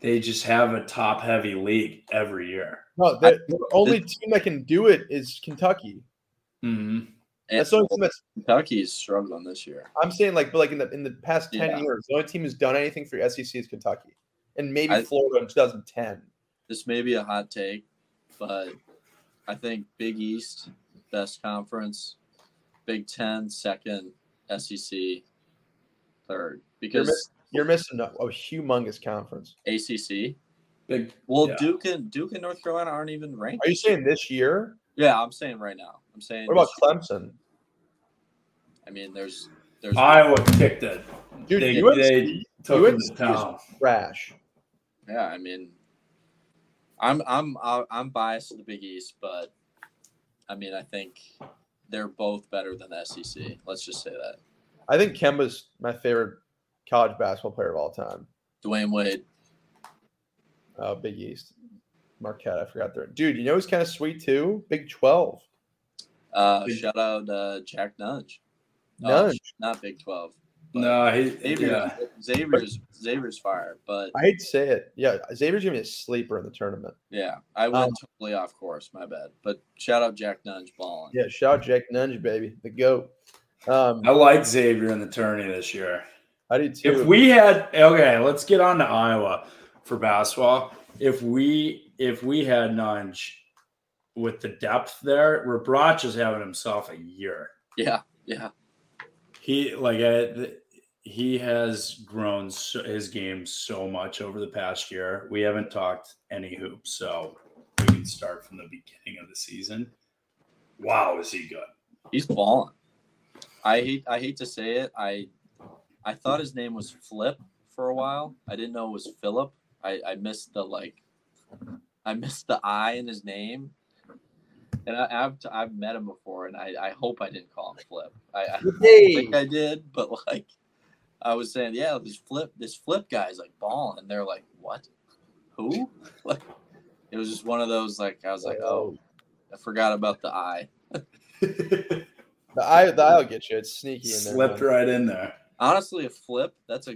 Speaker 1: they just have a top heavy league every year.
Speaker 2: No, the, the only team that can do it is Kentucky.
Speaker 1: Mhm.
Speaker 3: And
Speaker 2: That's the only team that's.
Speaker 3: Kentucky is struggling this year.
Speaker 2: I'm saying like, but like in the in the past ten
Speaker 3: Yeah.
Speaker 2: years, the only team who's done anything for SEC is Kentucky, and maybe
Speaker 3: I-
Speaker 2: Florida in 2010.
Speaker 3: This may be a hot take, but I think Big East best conference, Big Ten second, SEC third because
Speaker 2: You're missing a, a humongous conference.
Speaker 3: ACC.
Speaker 1: Big
Speaker 3: Well,
Speaker 1: Yeah.
Speaker 3: Duke and Duke and North Carolina aren't even ranked.
Speaker 2: Are you saying this year?
Speaker 3: Yeah, I'm saying right now. I'm saying.
Speaker 2: What about
Speaker 3: this year.
Speaker 2: Clemson?
Speaker 3: I mean, there's there's
Speaker 1: Iowa kicked it.
Speaker 2: Dude,
Speaker 1: They,
Speaker 2: UNC
Speaker 1: they took
Speaker 2: UNC
Speaker 1: him
Speaker 2: is
Speaker 1: to town.
Speaker 2: trash.
Speaker 3: Yeah, I mean, I'm I'm I- I'm biased to the Big East, but I mean, I think they're both better than the SEC. Let's just say that.
Speaker 2: I think Kemba's my favorite college basketball player of all time.
Speaker 3: Dwayne Wade,
Speaker 2: Uh, Big East, Marquette. I forgot their dude. You know who's kind of sweet too? Big Twelve.
Speaker 3: uh,
Speaker 1: Big-
Speaker 3: shout out uh, Jack Nunge. Oh,
Speaker 2: None.
Speaker 3: not Big Twelve. but
Speaker 1: No, he,
Speaker 3: Xavier,
Speaker 1: yeah.
Speaker 3: Xavier's Xavier's fire, but
Speaker 2: I hate to say it. Yeah, Xavier's gonna be a sleeper in the tournament.
Speaker 3: yeah, I
Speaker 1: Um,
Speaker 3: went totally off course. My bad. But shout out Jack Nunge balling.
Speaker 2: Yeah, shout out Jack Nunge, baby, the goat. Um,
Speaker 1: I like Xavier in the tourney this year.
Speaker 2: I do too.
Speaker 1: If we had okay, let's get on to Iowa for basketball. If we if we had Nunge with the depth there, Rabrach is having himself a year.
Speaker 3: Yeah, yeah.
Speaker 1: He like I, th- he has grown so, his game so much over the past year. We haven't talked any hoops, so we can start from the beginning of the season. Wow, is he good?
Speaker 3: He's balling. I hate I hate to say it. I I thought his name was Flip for a while. I didn't know it was Philip. I, I missed the like I missed the I in his name. And I, I've I've met him before, and I, I hope I didn't call him Flip. I, I don't
Speaker 2: hey,
Speaker 3: think I did, but like I was saying, yeah, this Flip this Flip guy's like balling, and they're like, what? Who? Like it was just one of those like I was like, oh, I forgot about the I.
Speaker 2: the eye, the eye'll get you. It's sneaky in there.
Speaker 1: Slipped
Speaker 2: man.
Speaker 1: right in there.
Speaker 3: Honestly, a flip, that's a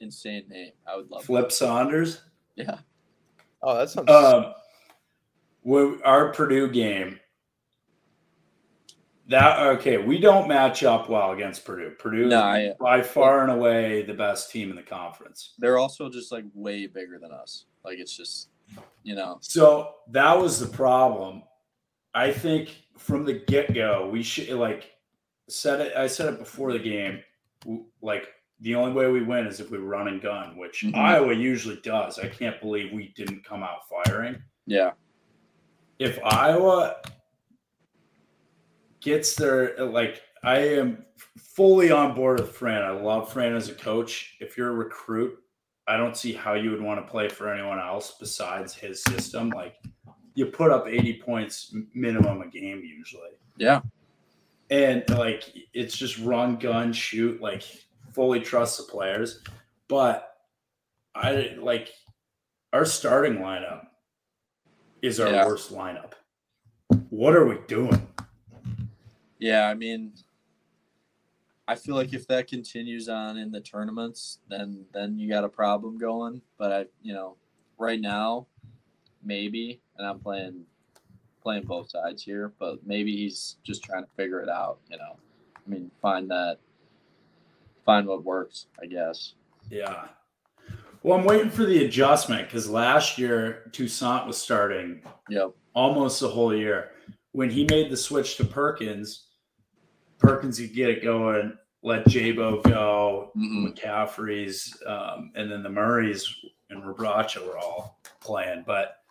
Speaker 3: insane name. I would love that.
Speaker 1: Flip Saunders.
Speaker 3: Yeah.
Speaker 2: Oh, that sounds.
Speaker 1: Um, when our Purdue game, that okay, we don't match up well against Purdue. Purdue
Speaker 3: No,
Speaker 1: is
Speaker 3: I-
Speaker 1: by far and away the best team in the conference.
Speaker 3: They're also just like way bigger than us. Like it's just, you know,
Speaker 1: So that was the problem. I think from the get go, we should like said it. I said it before the game. w- Like the only way we win is if we run and gun, which
Speaker 3: Mhm.
Speaker 1: Iowa usually does. I can't believe we didn't come out firing.
Speaker 3: yeah.
Speaker 1: if Iowa gets their like I am fully on board with Fran. I love Fran as a coach. If you're a recruit, I don't see how you would want to play for anyone else besides his system. Like you put up 80 points m- minimum a game usually.
Speaker 3: Yeah.
Speaker 1: And like it's just run, gun, shoot, like fully trust the players. But I like our starting lineup is our
Speaker 3: Yeah.
Speaker 1: worst lineup. What are we doing?
Speaker 3: Yeah, I mean I feel like if that continues on in the tournaments, then then you got a problem going. But I you know, right now, maybe, and I'm playing playing both sides here, but maybe he's just trying to figure it out, you know. I mean, find that find what works, I guess.
Speaker 1: Yeah. Well, I'm waiting for the adjustment because last year Toussaint was starting
Speaker 3: Yep.
Speaker 1: almost the whole year. When he made the switch to Perkins, Perkins could get it going, let Jabo go,
Speaker 3: Mhm.
Speaker 1: McCaffrey's, um, and then the Murrays and Rabracha were all playing. But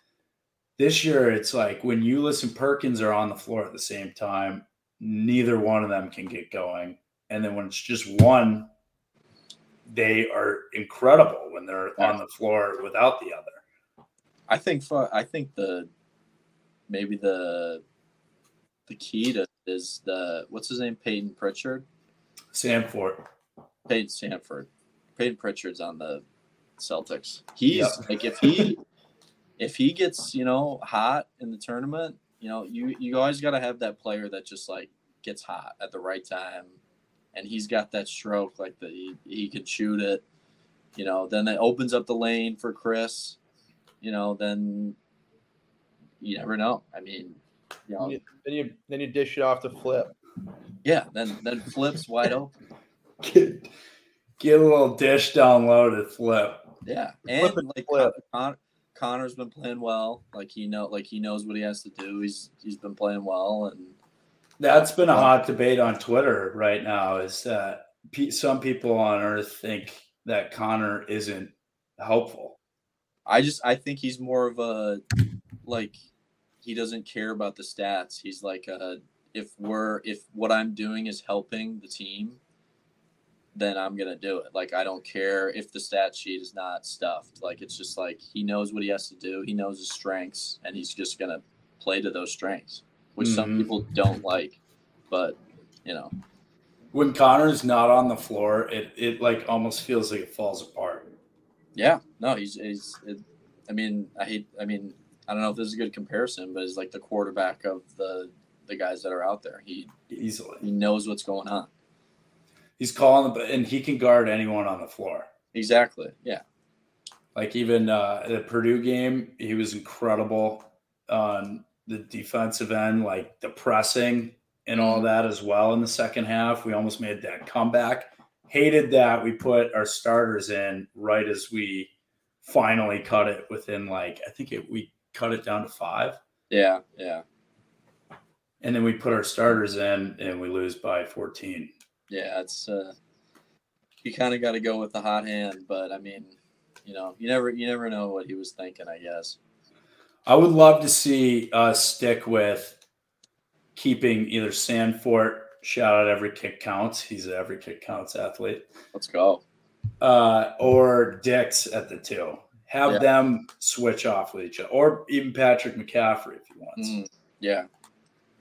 Speaker 1: this year, it's like when Euless and Perkins are on the floor at the same time, neither one of them can get going. And then when it's just one, they are incredible when they're on the floor without the other.
Speaker 3: I think for I think the maybe the the key to is the what's his name Peyton Pritchard
Speaker 1: Samford.
Speaker 3: Peyton Sanford Peyton Pritchard's on the Celtics. He's like if he if he gets you know hot in the tournament, you know you you always got to have that player that just like gets hot at the right time, and he's got that stroke like that he, he can shoot it. You know, then that opens up the lane for Chris. You know, then you never know. I mean, you know,
Speaker 2: Then you, then you then you dish it off to Flip.
Speaker 3: yeah. Then then flips wide open.
Speaker 1: get get a little dish down low to flip.
Speaker 3: Yeah, and
Speaker 2: Flip
Speaker 3: like
Speaker 2: flip.
Speaker 3: Con- Connor's been playing well. Like he know, like he knows what he has to do. He's he's been playing well, and
Speaker 1: That's been a hot debate on Twitter right now. Is that pe- some people on Earth think that Connor isn't helpful?
Speaker 3: I just I think he's more of a like he doesn't care about the stats. He's like uh if we're if what I'm doing is helping the team, then I'm gonna do it. Like I don't care if the stat sheet is not stuffed. Like it's just like he knows what he has to do. He knows his strengths, and he's just gonna play to those strengths, which some
Speaker 1: Mhm.
Speaker 3: people don't like, but you know.
Speaker 1: When Connor's not on the floor, it it like almost feels like it falls apart.
Speaker 3: Yeah, no, he's he's. It, I mean, I hate. I mean, I don't know if this is a good comparison, but he's like the quarterback of the the guys that are out there. He
Speaker 1: Easily,
Speaker 3: he knows what's going on.
Speaker 1: he's calling, the, and he can guard anyone on the floor.
Speaker 3: Exactly. Yeah.
Speaker 1: Like even uh, the Purdue game, he was incredible on the defensive end, like the pressing and all that as well in the second half. We almost made that comeback. Hated that we put our starters in right as we finally cut it within like I think it, we cut it down to five,
Speaker 3: Yeah. Yeah.
Speaker 1: and then we put our starters in and we lose by fourteen.
Speaker 3: Yeah. It's uh, you kind of got to go with the hot hand, but I mean, you know, you never you never know what he was thinking. I guess.
Speaker 1: I would love to see us stick with keeping either Sanford. Shout out every kick counts. He's an every kick counts athlete.
Speaker 3: Let's go.
Speaker 1: Uh, or Dix at the two. Have
Speaker 3: Yeah.
Speaker 1: them switch off with each other, or even Patrick McCaffrey if he wants.
Speaker 3: Mm, yeah.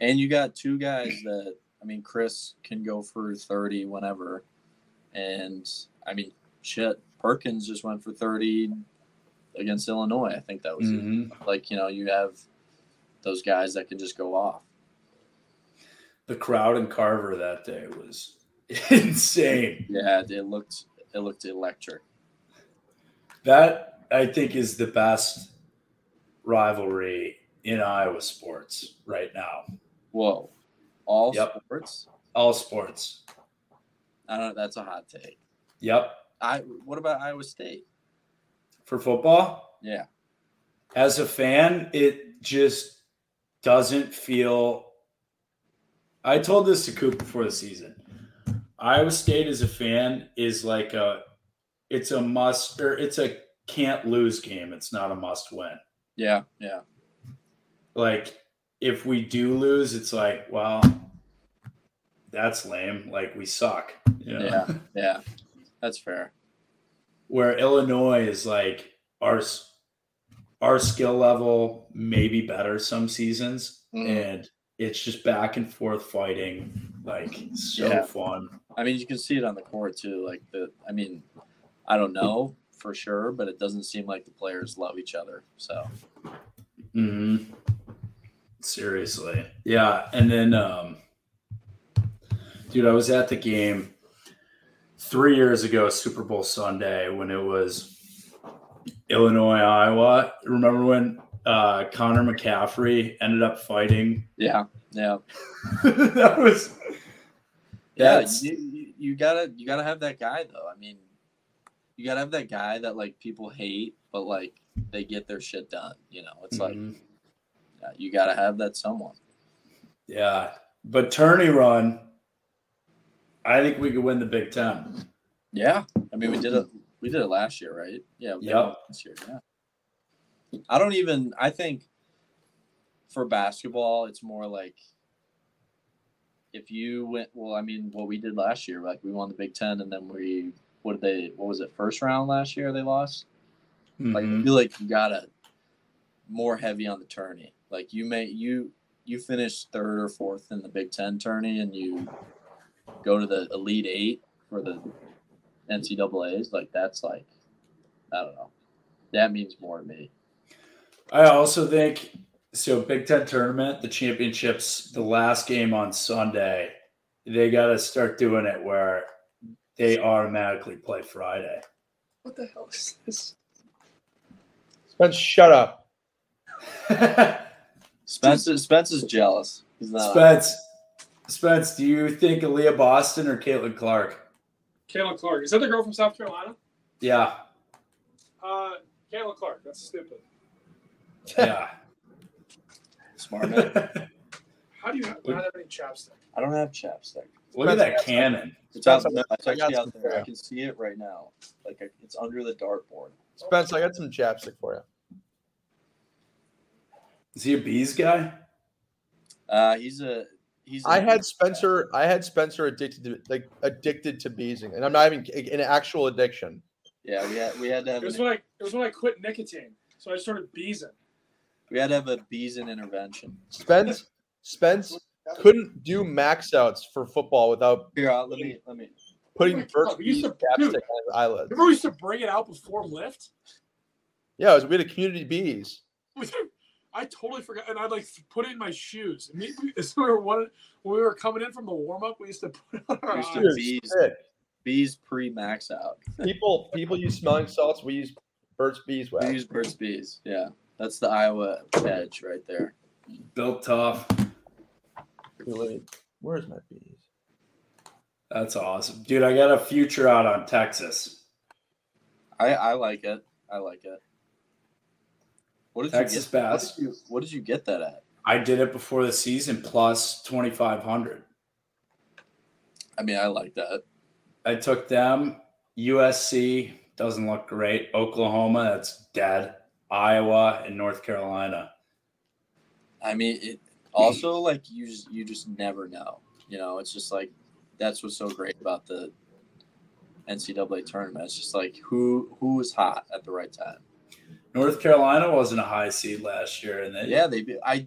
Speaker 3: And you got two guys that I mean, Chris can go for thirty whenever, and I mean, shit, Perkins just went for thirty against Illinois. I think that was it.
Speaker 1: Mhm.
Speaker 3: like you know you have those guys that can just go off.
Speaker 1: The crowd in Carver that day was insane.
Speaker 3: Yeah, it looked it looked electric.
Speaker 1: That I think is the best rivalry in Iowa sports right now.
Speaker 3: Whoa, all
Speaker 1: Yep.
Speaker 3: sports.
Speaker 1: All sports.
Speaker 3: I don't know. That's a hot take.
Speaker 1: Yep.
Speaker 3: I what about Iowa State?
Speaker 1: For football,
Speaker 3: Yeah,
Speaker 1: as a fan, it just doesn't feel. I told this to Coop before the season. Iowa State as a fan is like a, it's a must or it's a can't lose game. It's not a must win.
Speaker 3: yeah, yeah.
Speaker 1: Like if we do lose, it's like well, that's lame. Like we suck. you know?
Speaker 3: Yeah, yeah. That's fair.
Speaker 1: Where Illinois is like our s- our skill level maybe better some seasons,
Speaker 3: Mm.
Speaker 1: and it's just back and forth fighting like so
Speaker 3: Yeah.
Speaker 1: fun
Speaker 3: I mean, you can see it on the court too. Like the, I mean, I don't know for sure, but it doesn't seem like the players love each other. So
Speaker 1: hmm seriously yeah and then um dude i was at the game three years ago super bowl sunday when it was illinois iowa remember when uh connor mccaffrey ended up fighting
Speaker 3: yeah, yeah,
Speaker 1: that was
Speaker 3: yeah.
Speaker 1: That's-
Speaker 3: You, you, you gotta you gotta have that guy though. I mean, you gotta have that guy that like people hate, but like they get their shit done. You know, it's like
Speaker 1: Mhm.
Speaker 3: uh, you gotta have that someone.
Speaker 1: Yeah. But Turney run, I think we could win the Big Ten.
Speaker 3: Yeah, I mean we did it. We did it last year, right? Yeah. we did it
Speaker 1: Yep.
Speaker 3: Last year, yeah. I don't even. I think for basketball, it's more like if you went. Well, I mean, what we did last year, like we won the Big Ten, and then we what did they? What was it? First round last year they lost. Like I
Speaker 2: Mm-hmm.
Speaker 1: Mhm.
Speaker 3: feel like you gotta more heavy on the tourney. Like you may you you finish third or fourth in the Big Ten tourney, and you go to the Elite Eight for the NCAA's. Like that's like I don't know. That means more to me.
Speaker 1: I also think so. Big Ten tournament, the championships, the last game on Sunday, they got to start doing it where they automatically play Friday.
Speaker 3: What the hell is this?
Speaker 2: Spence, shut up.
Speaker 3: Spence is, Spence is jealous. He's not.
Speaker 1: Spence, Spence, do you think Aaliyah Boston or Caitlin Clark?
Speaker 4: Caitlin Clark. Is that the girl from South Carolina?
Speaker 1: Yeah,
Speaker 4: Uh, Caitlin Clark. That's stupid.
Speaker 1: yeah.
Speaker 3: smart man.
Speaker 1: Look
Speaker 4: How do you not have any chapstick?
Speaker 3: I don't have chapstick.
Speaker 1: at that cannon.
Speaker 3: It's out there. It's
Speaker 2: I got
Speaker 3: actually out
Speaker 2: some for
Speaker 3: there. I
Speaker 2: you.
Speaker 3: can see it right now. Like I, it's under the dartboard.
Speaker 2: Spence, I got some chapstick for you.
Speaker 1: Is he a bees guy?
Speaker 3: Uh, he's a he's. a-
Speaker 2: I had Spencer. I had Spencer addicted to like addicted to beezing, and I'm not even an actual addiction.
Speaker 3: Yeah, we had we had to have
Speaker 4: It was
Speaker 3: an,
Speaker 4: when I it was when I quit nicotine, so I started beezing.
Speaker 3: we had to have a Beeson intervention.
Speaker 2: Spence, Spence couldn't do max outs for football without
Speaker 3: Here, uh, let me let me.
Speaker 2: putting
Speaker 4: Oh,
Speaker 2: first
Speaker 4: we used
Speaker 2: bees
Speaker 4: to-
Speaker 2: chapstick on
Speaker 4: dude.
Speaker 2: his eyelids.
Speaker 4: Remember we used to bring it out before lift.
Speaker 2: Yeah, it was, we had a community bees.
Speaker 4: I totally forgot, and I'd like put it in my shoes. And me- we- so we were one when we were coming in from the warm up. We used to put it on
Speaker 3: We
Speaker 4: our
Speaker 3: used
Speaker 4: eyes.
Speaker 3: to
Speaker 2: Dude,
Speaker 3: bees
Speaker 2: sick.
Speaker 3: bees pre max out.
Speaker 2: People, people use smelling salts. We use Burt's Bees
Speaker 3: We
Speaker 2: wax.
Speaker 3: use Burt's bees. Yeah, that's the Iowa edge right there.
Speaker 1: Built tough.
Speaker 2: Where's my bees?
Speaker 1: That's awesome, dude. I got a future out on Texas.
Speaker 3: I I like it. I like it. What did
Speaker 1: Texas
Speaker 3: you get? What
Speaker 1: Bass.
Speaker 3: did you, what did you get that at?
Speaker 1: I did it before the season plus twenty five hundred.
Speaker 3: I mean, I like that.
Speaker 1: I took them. USC doesn't look great. Oklahoma, that's dead. Iowa and North Carolina.
Speaker 3: I mean, it also like you just, you just never know. You know, it's just like that's what's so great about the NCAA tournament. It's just like who who is hot at the right time.
Speaker 1: North Carolina wasn't a high seed last year, and they,
Speaker 3: Yeah, they I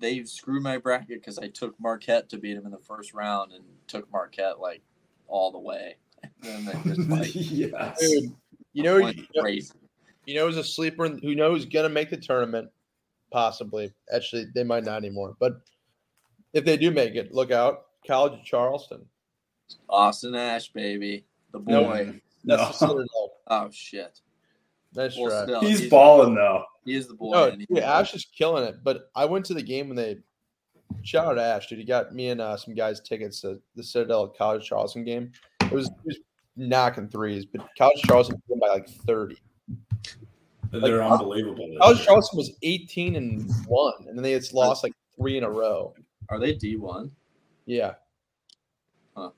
Speaker 3: they screwed my bracket because I took Marquette to beat them in the first round and took Marquette like all the way. And then they just like
Speaker 1: yes.
Speaker 2: Dude, you know,
Speaker 3: went
Speaker 2: you know,
Speaker 3: crazy.
Speaker 2: you know who's a sleeper and who knows who's gonna make the tournament? Possibly. Actually, they might not anymore. But if they do make it, look out. College of Charleston.
Speaker 3: Austin Ash, baby, the
Speaker 1: No.
Speaker 3: boy.
Speaker 1: No.
Speaker 2: That's the Citadel.
Speaker 3: Oh shit,
Speaker 2: Nice
Speaker 3: Well,
Speaker 2: try.
Speaker 3: still,
Speaker 1: he's balling though.
Speaker 3: He is the boy.
Speaker 2: No,
Speaker 3: and he-
Speaker 2: dude, Ash is killing it. But I went to the game when they shout out to Ash, dude. He got me and uh, some guys tickets to the Citadel College Charleston game. It was, it was knocking threes, but College Charleston won by like thirty.
Speaker 1: They're
Speaker 2: Like,
Speaker 1: unbelievable. this
Speaker 2: College
Speaker 1: year.
Speaker 2: Charleston was eighteen and one, and then they just lost like three in a row.
Speaker 3: Are they D one?
Speaker 2: Yeah.
Speaker 3: Huh.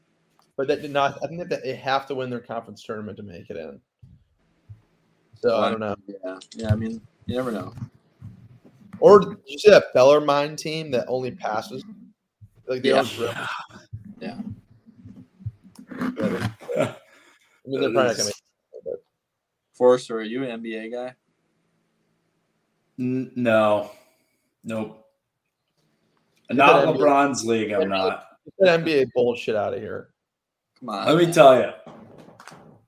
Speaker 2: But that did not. I think that they have to win their conference tournament to make it in. So I don't know.
Speaker 3: Yeah, yeah. I mean, you never know.
Speaker 2: Or did you see that Bellarmine team that only passes? Like they
Speaker 3: Yeah.
Speaker 2: don't. Really,
Speaker 3: Yeah.
Speaker 2: I mean, they're probably not gonna make it, but
Speaker 3: Forrester, are you an NBA guy?
Speaker 1: N- no, nope.
Speaker 2: Get
Speaker 1: Not
Speaker 2: that NBA
Speaker 1: LeBron's league. I'm not.
Speaker 2: Get that NBA bullshit out of here.
Speaker 3: Come on.
Speaker 1: Let me
Speaker 3: man.
Speaker 1: tell you.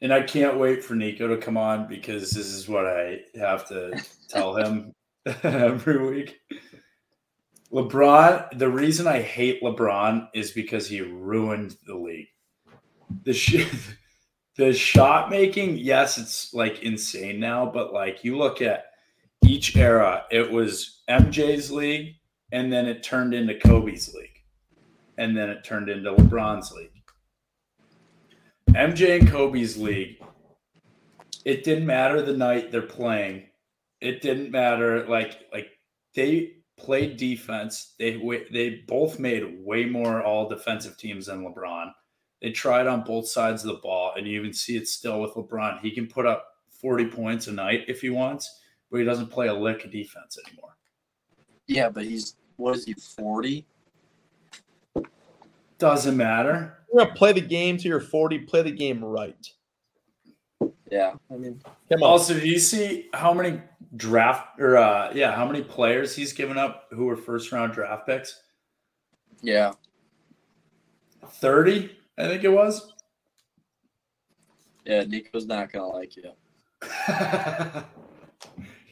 Speaker 1: And I can't wait for Nico to come on because this is what I have to tell him every week. LeBron, the reason I hate LeBron is because he ruined the league. The shit, the shot making, yes, it's like insane now, but like you look at each era, it was MJ's league, and then it turned into Kobe's league, and then it turned into LeBron's league MJ and Kobe's league. It didn't matter the night they're playing. It didn't matter like like they played defense. They wa- they both made way more all defensive teams than LeBron. They tried on both sides of the ball, and you even see it still with LeBron. He can put up forty points a night if he wants, but he doesn't play a lick of defense anymore.
Speaker 3: Yeah, but he's what is he forty?
Speaker 1: Doesn't matter.
Speaker 2: You're gonna play the game till you're 40. Play the game right.
Speaker 3: Yeah, I mean,
Speaker 2: Come on.
Speaker 1: Also, do you see how many draft or uh yeah, how many players he's given up who were first round draft picks?
Speaker 3: yeah,
Speaker 1: 30, I think it was.
Speaker 3: yeah. Nico's not gonna like you.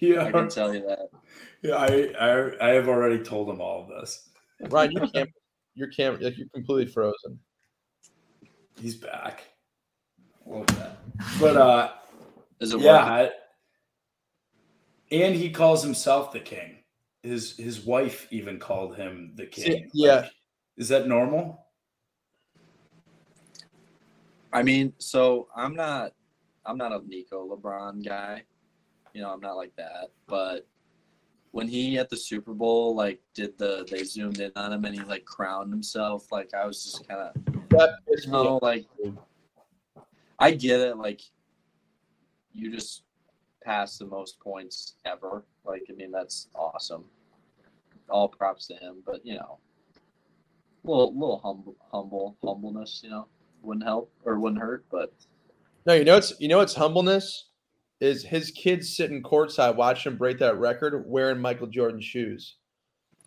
Speaker 1: yeah,
Speaker 3: I can tell you that.
Speaker 1: yeah, I, I I have already told him all of this.
Speaker 2: Ryan, your camera, your camera, like you're completely frozen.
Speaker 1: He's back. Love that. But uh
Speaker 3: Is it?
Speaker 1: yeah,
Speaker 3: working?
Speaker 1: I- and he calls himself the king. His his wife even called him the
Speaker 2: See,
Speaker 1: king.
Speaker 2: yeah.
Speaker 1: Like, is that normal?
Speaker 3: I mean, so I'm not, I'm not a Nico LeBron guy. You know, I'm not like that. But when he at the Super Bowl, like, did the they zoomed in on him and he like crowned himself. Like, I was just kind of,
Speaker 2: That pissed
Speaker 3: you
Speaker 2: me off.
Speaker 3: know, like, I get it. Like, you just passed the most points ever. Like, I mean, that's awesome. All props to him. But you know, little little humble, humble, humbleness. You know, wouldn't help or wouldn't hurt, but.
Speaker 2: No, you know it's you know it's humbleness is his kids sitting courtside watching him break that record wearing Michael Jordan shoes.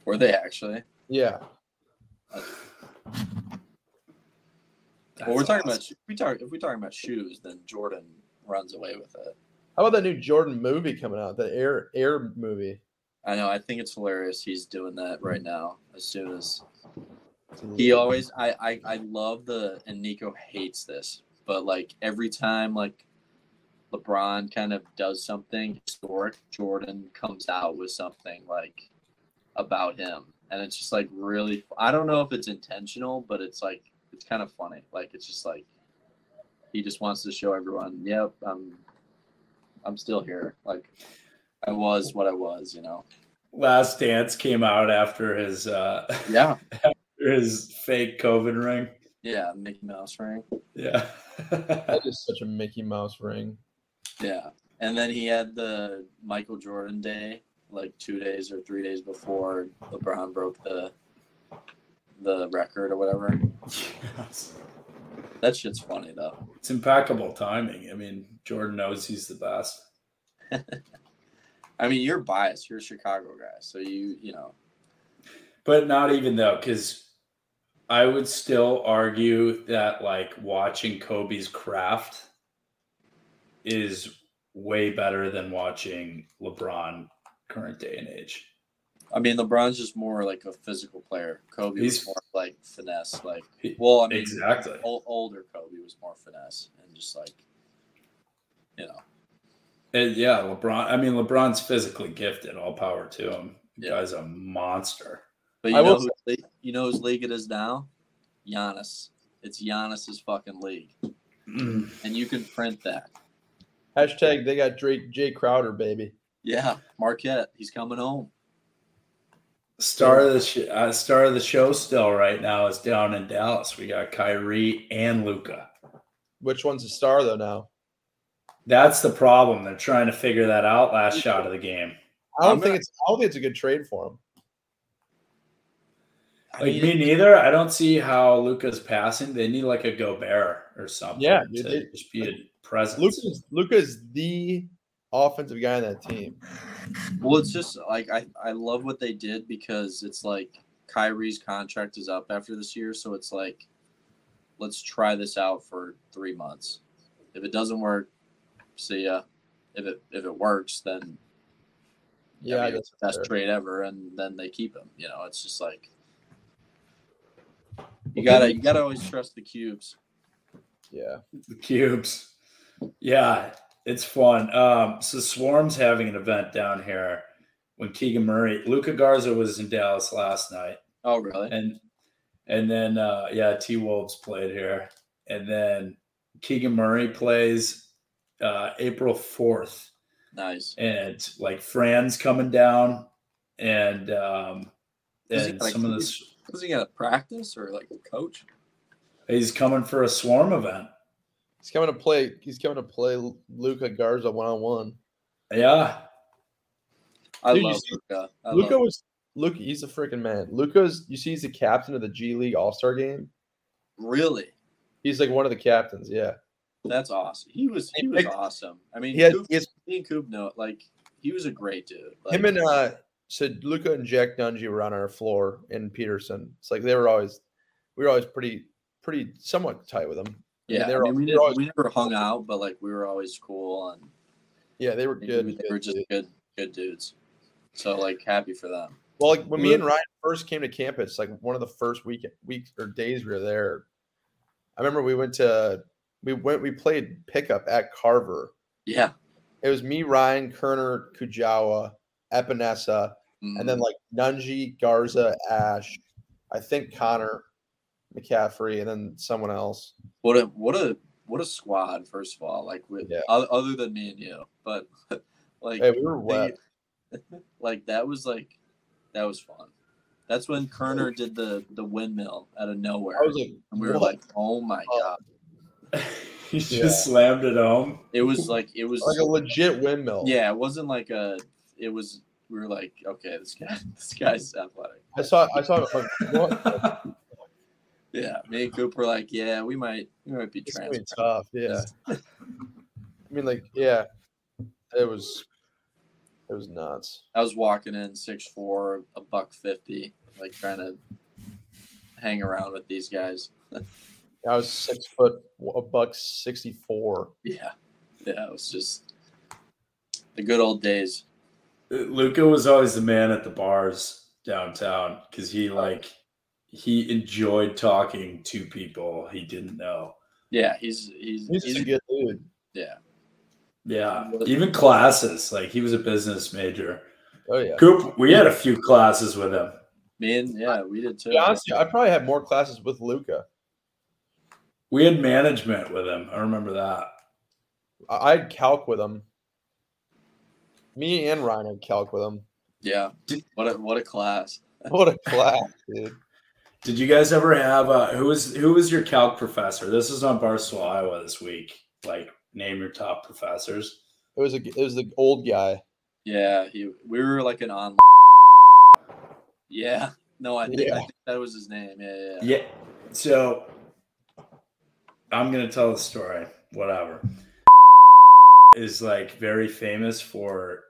Speaker 3: Were they actually?
Speaker 2: Yeah.
Speaker 3: well, we're
Speaker 1: That's awesome.
Speaker 3: talking about if we talk if we're talking about shoes, then Jordan runs away with it.
Speaker 2: How about that new Jordan movie coming out? That Air Air movie.
Speaker 3: I know. I think it's hilarious. He's doing that right
Speaker 1: Mm.
Speaker 3: now. As soon as he always, I, I, I love the and Nico hates this, but like every time like LeBron kind of does something historic, Jordan comes out with something like about him, and it's just like really. I don't know if it's intentional, but it's like it's kind of funny. Like it's just like he just wants to show everyone, yep, I'm, I'm still here. Like I was what I was, you know.
Speaker 1: Last Dance came out after his uh
Speaker 3: Yeah.
Speaker 1: his fake COVID ring.
Speaker 3: Yeah, Mickey Mouse ring.
Speaker 1: Yeah.
Speaker 2: that is such a Mickey Mouse ring.
Speaker 3: Yeah. And then he had the Michael Jordan day, like two days or three days before LeBron broke the the record or whatever.
Speaker 1: Yes.
Speaker 3: That shit's funny though.
Speaker 1: It's impeccable timing. I mean, Jordan knows he's the best.
Speaker 3: I mean, you're biased. You're a Chicago guy, so you you know.
Speaker 1: But not even though, because I would still argue that like watching Kobe's craft is way better than watching LeBron current day and age.
Speaker 3: I mean, LeBron's just more like a physical player. Kobe
Speaker 1: He's-
Speaker 3: was more like finesse. Like, well, I mean,
Speaker 1: Exactly.
Speaker 3: ol- older Kobe was more finesse and just like, you know,
Speaker 1: And yeah, LeBron. I mean, LeBron's physically gifted. All power to him.
Speaker 3: Yeah.
Speaker 1: guy's a monster.
Speaker 3: But you
Speaker 2: I
Speaker 3: know,
Speaker 2: will
Speaker 3: whose league, you know whose league it is now? Giannis. It's Giannis's fucking league,
Speaker 1: Mm.
Speaker 3: and you can print that.
Speaker 2: Hashtag they got Drake Jay Crowder, baby.
Speaker 3: Yeah, Marquette. He's coming home.
Speaker 1: Star of the sh- uh, star of the show still right now is down in Dallas. We got Kyrie and Luca.
Speaker 2: Which one's the star though now?
Speaker 1: That's the problem. They're trying to figure that out. Last shot of the game.
Speaker 2: I don't
Speaker 3: I'm
Speaker 2: think
Speaker 3: gonna-
Speaker 2: it's I don't think it's a good trade for him.
Speaker 3: I
Speaker 1: Like
Speaker 3: mean,
Speaker 1: me neither. I don't see how Luca's passing. They need like a Gobert or something.
Speaker 2: Yeah, dude,
Speaker 1: to
Speaker 2: they-
Speaker 1: just be a presence.
Speaker 2: Luca's Luca's the offensive guy on that team.
Speaker 3: well, it's just like I, I love what they did because it's like Kyrie's contract is up after this year, so it's like, let's try this out for three months. If it doesn't work, see ya. If it if it works, then
Speaker 2: Yeah, I
Speaker 3: I mean,
Speaker 2: guess
Speaker 3: it's the best
Speaker 2: fair.
Speaker 3: trade ever, and then they keep him. You know, it's just like you gotta you gotta always trust the cubes.
Speaker 2: Yeah.
Speaker 1: The cubes. Yeah, it's fun. Um, so Swarm's having an event down here when Keegan Murray, Luca Garza was in Dallas last night,
Speaker 3: Oh, really?
Speaker 1: and and then uh, yeah, T Wolves played here, and then Keegan Murray plays uh, April 4th.
Speaker 3: Nice.
Speaker 1: And like Fran's coming down and um,
Speaker 3: Is he
Speaker 1: and
Speaker 3: like-
Speaker 1: some of this
Speaker 3: Was he gonna practice or like coach?
Speaker 1: he's coming for a swarm event.
Speaker 2: He's coming to play. He's coming to play Luca Garza one on one.
Speaker 1: Yeah.
Speaker 3: I
Speaker 2: Dude, you
Speaker 3: love
Speaker 2: see-
Speaker 3: Luca. I
Speaker 2: Luca
Speaker 3: love,
Speaker 2: was Luca. He's a freaking man. Luca's. You see, he's the captain of the G League All Star game.
Speaker 3: really.
Speaker 2: He's like one of the captains. Yeah,
Speaker 3: That's awesome. He was he
Speaker 2: He
Speaker 3: was
Speaker 2: picked-
Speaker 3: awesome. I mean,
Speaker 2: he has.
Speaker 3: Coop,
Speaker 2: He has
Speaker 3: he and Coop know like he was a great dude. Like,
Speaker 2: him and uh. So Luca and Jack Dungy were on our floor in Peterson. It's like they were always. We were always pretty, pretty somewhat tight with them.
Speaker 3: yeah,
Speaker 2: they're
Speaker 3: I mean,
Speaker 2: al-
Speaker 3: we,
Speaker 2: they're
Speaker 3: didn't,
Speaker 2: always-
Speaker 3: we never hung out, but like we were always cool and
Speaker 2: Yeah, they were
Speaker 3: they,
Speaker 2: good.
Speaker 3: were- they
Speaker 2: good
Speaker 3: were just
Speaker 2: dudes.
Speaker 3: good good dudes. So like happy for them.
Speaker 2: Well, like when me
Speaker 1: Lu-
Speaker 2: and Ryan first came to campus, like one of the first week weeks or days we were there, I remember we went to we went we played pickup at Carver.
Speaker 3: Yeah.
Speaker 2: It was me, Ryan, Kerner, Kujawa, Epinesa,
Speaker 3: Mm-hmm.
Speaker 2: and
Speaker 3: Mm.
Speaker 2: then like Nunji, Garza, Ash, I think Connor, McCaffrey, and then someone else.
Speaker 3: What a what a what a squad! First of all, like with
Speaker 2: Yeah.
Speaker 3: oth- other than me and you, but like
Speaker 2: Hey, we were
Speaker 3: they-
Speaker 2: wet.
Speaker 3: like that was like that was fun. That's when Kerner did the the windmill out of nowhere,
Speaker 2: I was like,
Speaker 3: and we were
Speaker 2: what?
Speaker 3: like, "Oh my god!"
Speaker 1: he just
Speaker 2: Yeah.
Speaker 1: slammed it home.
Speaker 3: It was like it was
Speaker 2: like a legit windmill.
Speaker 3: yeah, it wasn't like a it was. We were like, "Okay, this guy this guy's athletic."
Speaker 2: I saw I saw like, what?
Speaker 3: Yeah, me and Cooper were like, "Yeah, we might we might be
Speaker 2: It's gonna be
Speaker 3: trans."
Speaker 2: tough. Yeah. I mean, like, yeah, it was, it was nuts.
Speaker 3: I was walking in six four, a buck fifty, like trying to hang around with these guys.
Speaker 2: I was six foot, a buck sixty four.
Speaker 3: Yeah, yeah, it was just the good old days.
Speaker 1: Luca was always the man at the bars downtown because he like he enjoyed talking to people he didn't know.
Speaker 3: Yeah, he's he's, he's-
Speaker 2: He's just a good dude.
Speaker 3: yeah.
Speaker 1: Yeah, even classes like he was a business major.
Speaker 2: Oh yeah.
Speaker 1: Coop, we had a few classes with him.
Speaker 3: Me and yeah, we did
Speaker 2: To
Speaker 3: too.
Speaker 2: be honest, with you, I probably had more classes with Luca.
Speaker 1: We had management with him. I remember that.
Speaker 2: I, I had calc with him. Me and Ryan had calc with him.
Speaker 3: yeah. What a what a class.
Speaker 2: What a class, dude!
Speaker 1: Did you guys ever have uh who was who was your calc professor? This is on Barstool, Iowa this week. Like name your top professors.
Speaker 2: It was a, it was the old guy.
Speaker 3: Yeah, he we were like an on. Yeah, no, I think, I
Speaker 2: Yeah.
Speaker 3: think that was his name. Yeah, yeah, yeah.
Speaker 1: Yeah. So I'm gonna tell the story. Whatever. Is like very famous for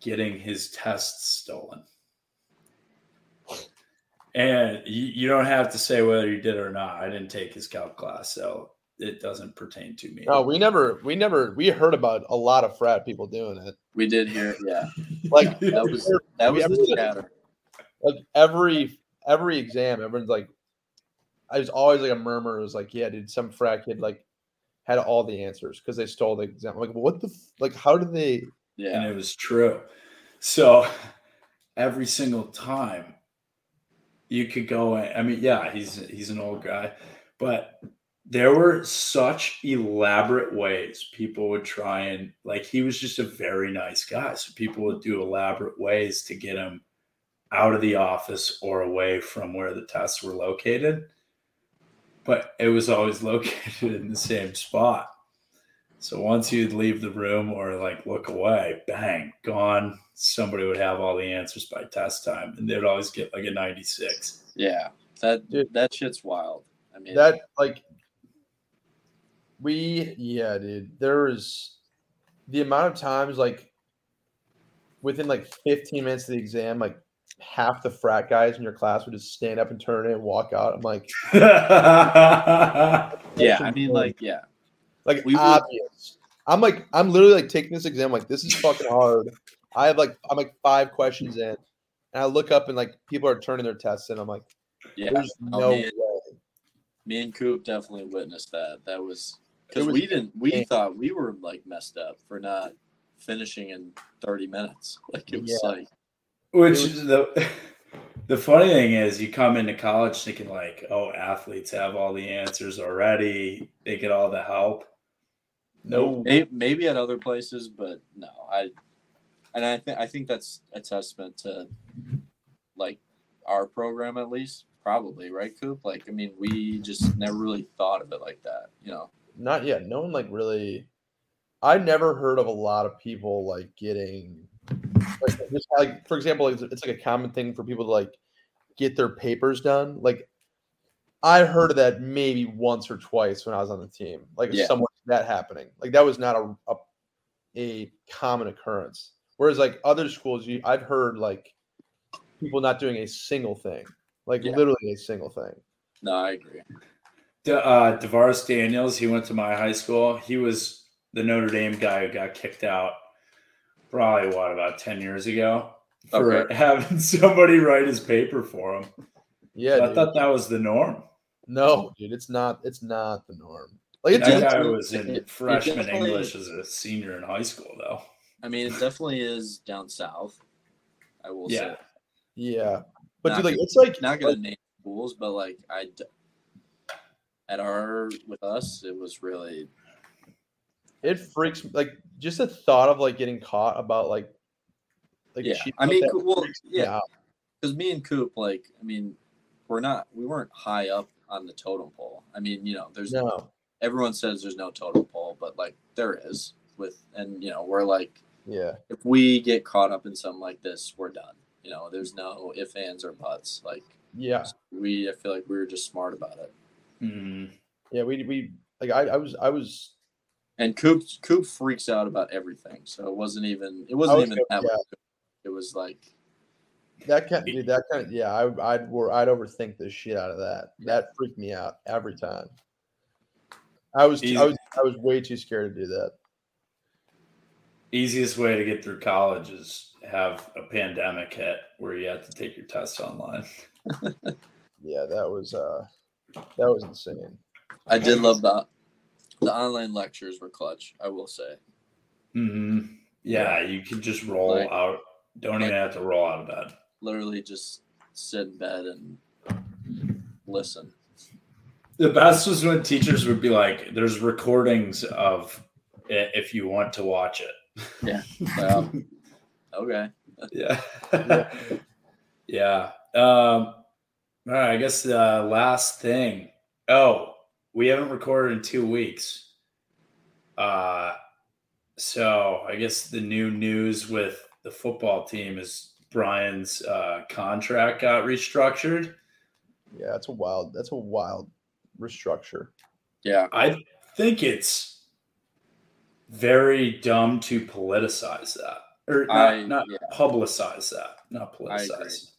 Speaker 1: getting his tests stolen. And you, you don't have to say whether you did or not. I didn't take his calc class, so it doesn't pertain to me.
Speaker 2: No, we never, we never, we heard about a lot of frat people doing it.
Speaker 3: We did hear. Yeah,
Speaker 2: Like
Speaker 3: that was that was
Speaker 2: We
Speaker 3: the
Speaker 2: ever-
Speaker 3: chatter.
Speaker 2: like every every exam, everyone's like, I was always like a murmur. It was like, yeah, dude, some frat kid like had all the answers because they stole the exam. Like, what the f- like? How did they?
Speaker 3: Yeah,
Speaker 1: and it was true. So every single time you could go, in- I mean, yeah, he's he's an old guy, but there were such elaborate ways people would try and like he was just a very nice guy. So people would do elaborate ways to get him out of the office or away from where the tests were located. But it was always located in the same spot. So once you'd leave the room or like look away, bang, gone. Somebody would have all the answers by test time, and they'd always get like a 96.
Speaker 3: yeah. That
Speaker 2: Dude.
Speaker 3: that shit's wild. I mean,
Speaker 2: That like we yeah, dude. There is the amount of times like within like 15 minutes of the exam, like half the frat guys in your class would just stand up and turn it and walk out. I'm like,
Speaker 3: yeah. I mean, like, yeah.
Speaker 2: like
Speaker 3: We were-
Speaker 2: obvious. I'm like, I'm literally like taking this exam, like this is fucking hard. I have like, I'm like five questions in, and I look up and like people are turning their tests in. I'm like,
Speaker 3: Yeah,
Speaker 2: there's
Speaker 3: oh,
Speaker 2: no
Speaker 3: man.
Speaker 2: way.
Speaker 3: me and Coop definitely witnessed that. That was because
Speaker 2: It was-
Speaker 3: we didn't. We
Speaker 2: Yeah.
Speaker 3: thought we were like messed up for not finishing in thirty minutes. Like it was
Speaker 2: Yeah.
Speaker 3: like
Speaker 1: Which is the The funny thing is, you come into college thinking like, "Oh, athletes have all the answers already. They get all the help." No,
Speaker 3: May- Maybe at other places, but no. I and I think I think that's a testament to like our program at least, probably right, Coop. Like I mean, we just never really thought of it like that, you know.
Speaker 2: Not yet. No one like really. I never heard of a lot of people like getting, like, just like for example, it's, it's like a common thing for people to like get their papers done. Like I heard of that maybe once or twice when I was on the team. Like
Speaker 3: Yeah.
Speaker 2: someone that happening. Like that was not a, a a common occurrence. Whereas like other schools, you I've heard like people not doing a single thing, like
Speaker 3: Yeah.
Speaker 2: literally a single thing.
Speaker 3: No, I agree.
Speaker 1: De, uh, Devaris Daniels, he went to my high school. He was the Notre Dame guy who got kicked out probably what about 10 years ago for
Speaker 3: Okay.
Speaker 1: having somebody write his paper for him.
Speaker 2: Yeah,
Speaker 1: I
Speaker 2: dude.
Speaker 1: thought that was the norm.
Speaker 2: no, dude, it's not. It's not the norm. Like it's,
Speaker 1: That
Speaker 3: Yeah,
Speaker 2: it's
Speaker 1: guy was in
Speaker 3: it- it
Speaker 1: freshman
Speaker 3: definitely-
Speaker 1: English as a senior in high school, though.
Speaker 3: I mean, it definitely is down south. I will
Speaker 1: Yeah.
Speaker 3: say,
Speaker 2: Yeah, but dude,
Speaker 3: Not
Speaker 2: like it's like
Speaker 3: not gonna name schools, but like I d- at our with us, it was really
Speaker 2: it freaks like just the thought of like getting caught about like like
Speaker 3: yeah.
Speaker 2: cheating
Speaker 3: I
Speaker 2: like
Speaker 3: mean,
Speaker 2: that
Speaker 3: Coop- well,
Speaker 2: freaks me
Speaker 3: yeah,
Speaker 2: out.
Speaker 3: because me and Coop, like, I mean, we're not, we weren't high up on the totem pole. I mean, you know, there's
Speaker 2: no,
Speaker 3: everyone says there's no totem pole, but like there is with, and you know, we're like,
Speaker 2: yeah,
Speaker 3: if we get caught up in something like this, we're done. You know, there's no ifs, ands, or buts. Like
Speaker 2: yeah,
Speaker 3: we, I feel like we were just smart about it.
Speaker 1: Mm.
Speaker 2: yeah. We we like I, I was I was
Speaker 3: And Coop, Coop freaks out about everything, so it wasn't even, it wasn't
Speaker 2: was
Speaker 3: even
Speaker 2: good,
Speaker 3: that.
Speaker 2: yeah.
Speaker 3: much. It was like,
Speaker 2: that kind dude, that kind of yeah. I I'd wor- I'd overthink the shit out of that. That freaked me out every time. I was
Speaker 1: Easy.
Speaker 2: I was I was way too scared to do that.
Speaker 1: Easiest way to get through college is have a pandemic hit where you have to take your test online.
Speaker 2: Yeah, that was uh that was insane.
Speaker 3: I did love that. The online lectures were clutch. I will say.
Speaker 1: hmm Yeah, you can just roll
Speaker 3: Like-
Speaker 1: out. Don't even have to roll out of bed.
Speaker 3: literally just sit in bed and listen.
Speaker 1: The best was when teachers would be like, "There's recordings of it if you want to watch it."
Speaker 3: Wow. Um, okay.
Speaker 1: Yeah, yeah. Um, all right, I guess the last thing. Oh, we haven't recorded in two weeks. Uh, so I guess the new news with the football team is Brian's uh, contract got restructured.
Speaker 2: Yeah, that's a wild that's a wild restructure.
Speaker 3: Yeah.
Speaker 1: I think it's very dumb to politicize that, or not,
Speaker 3: I-
Speaker 1: not
Speaker 3: yeah.
Speaker 1: publicize that, not
Speaker 3: I agree.
Speaker 1: politicize.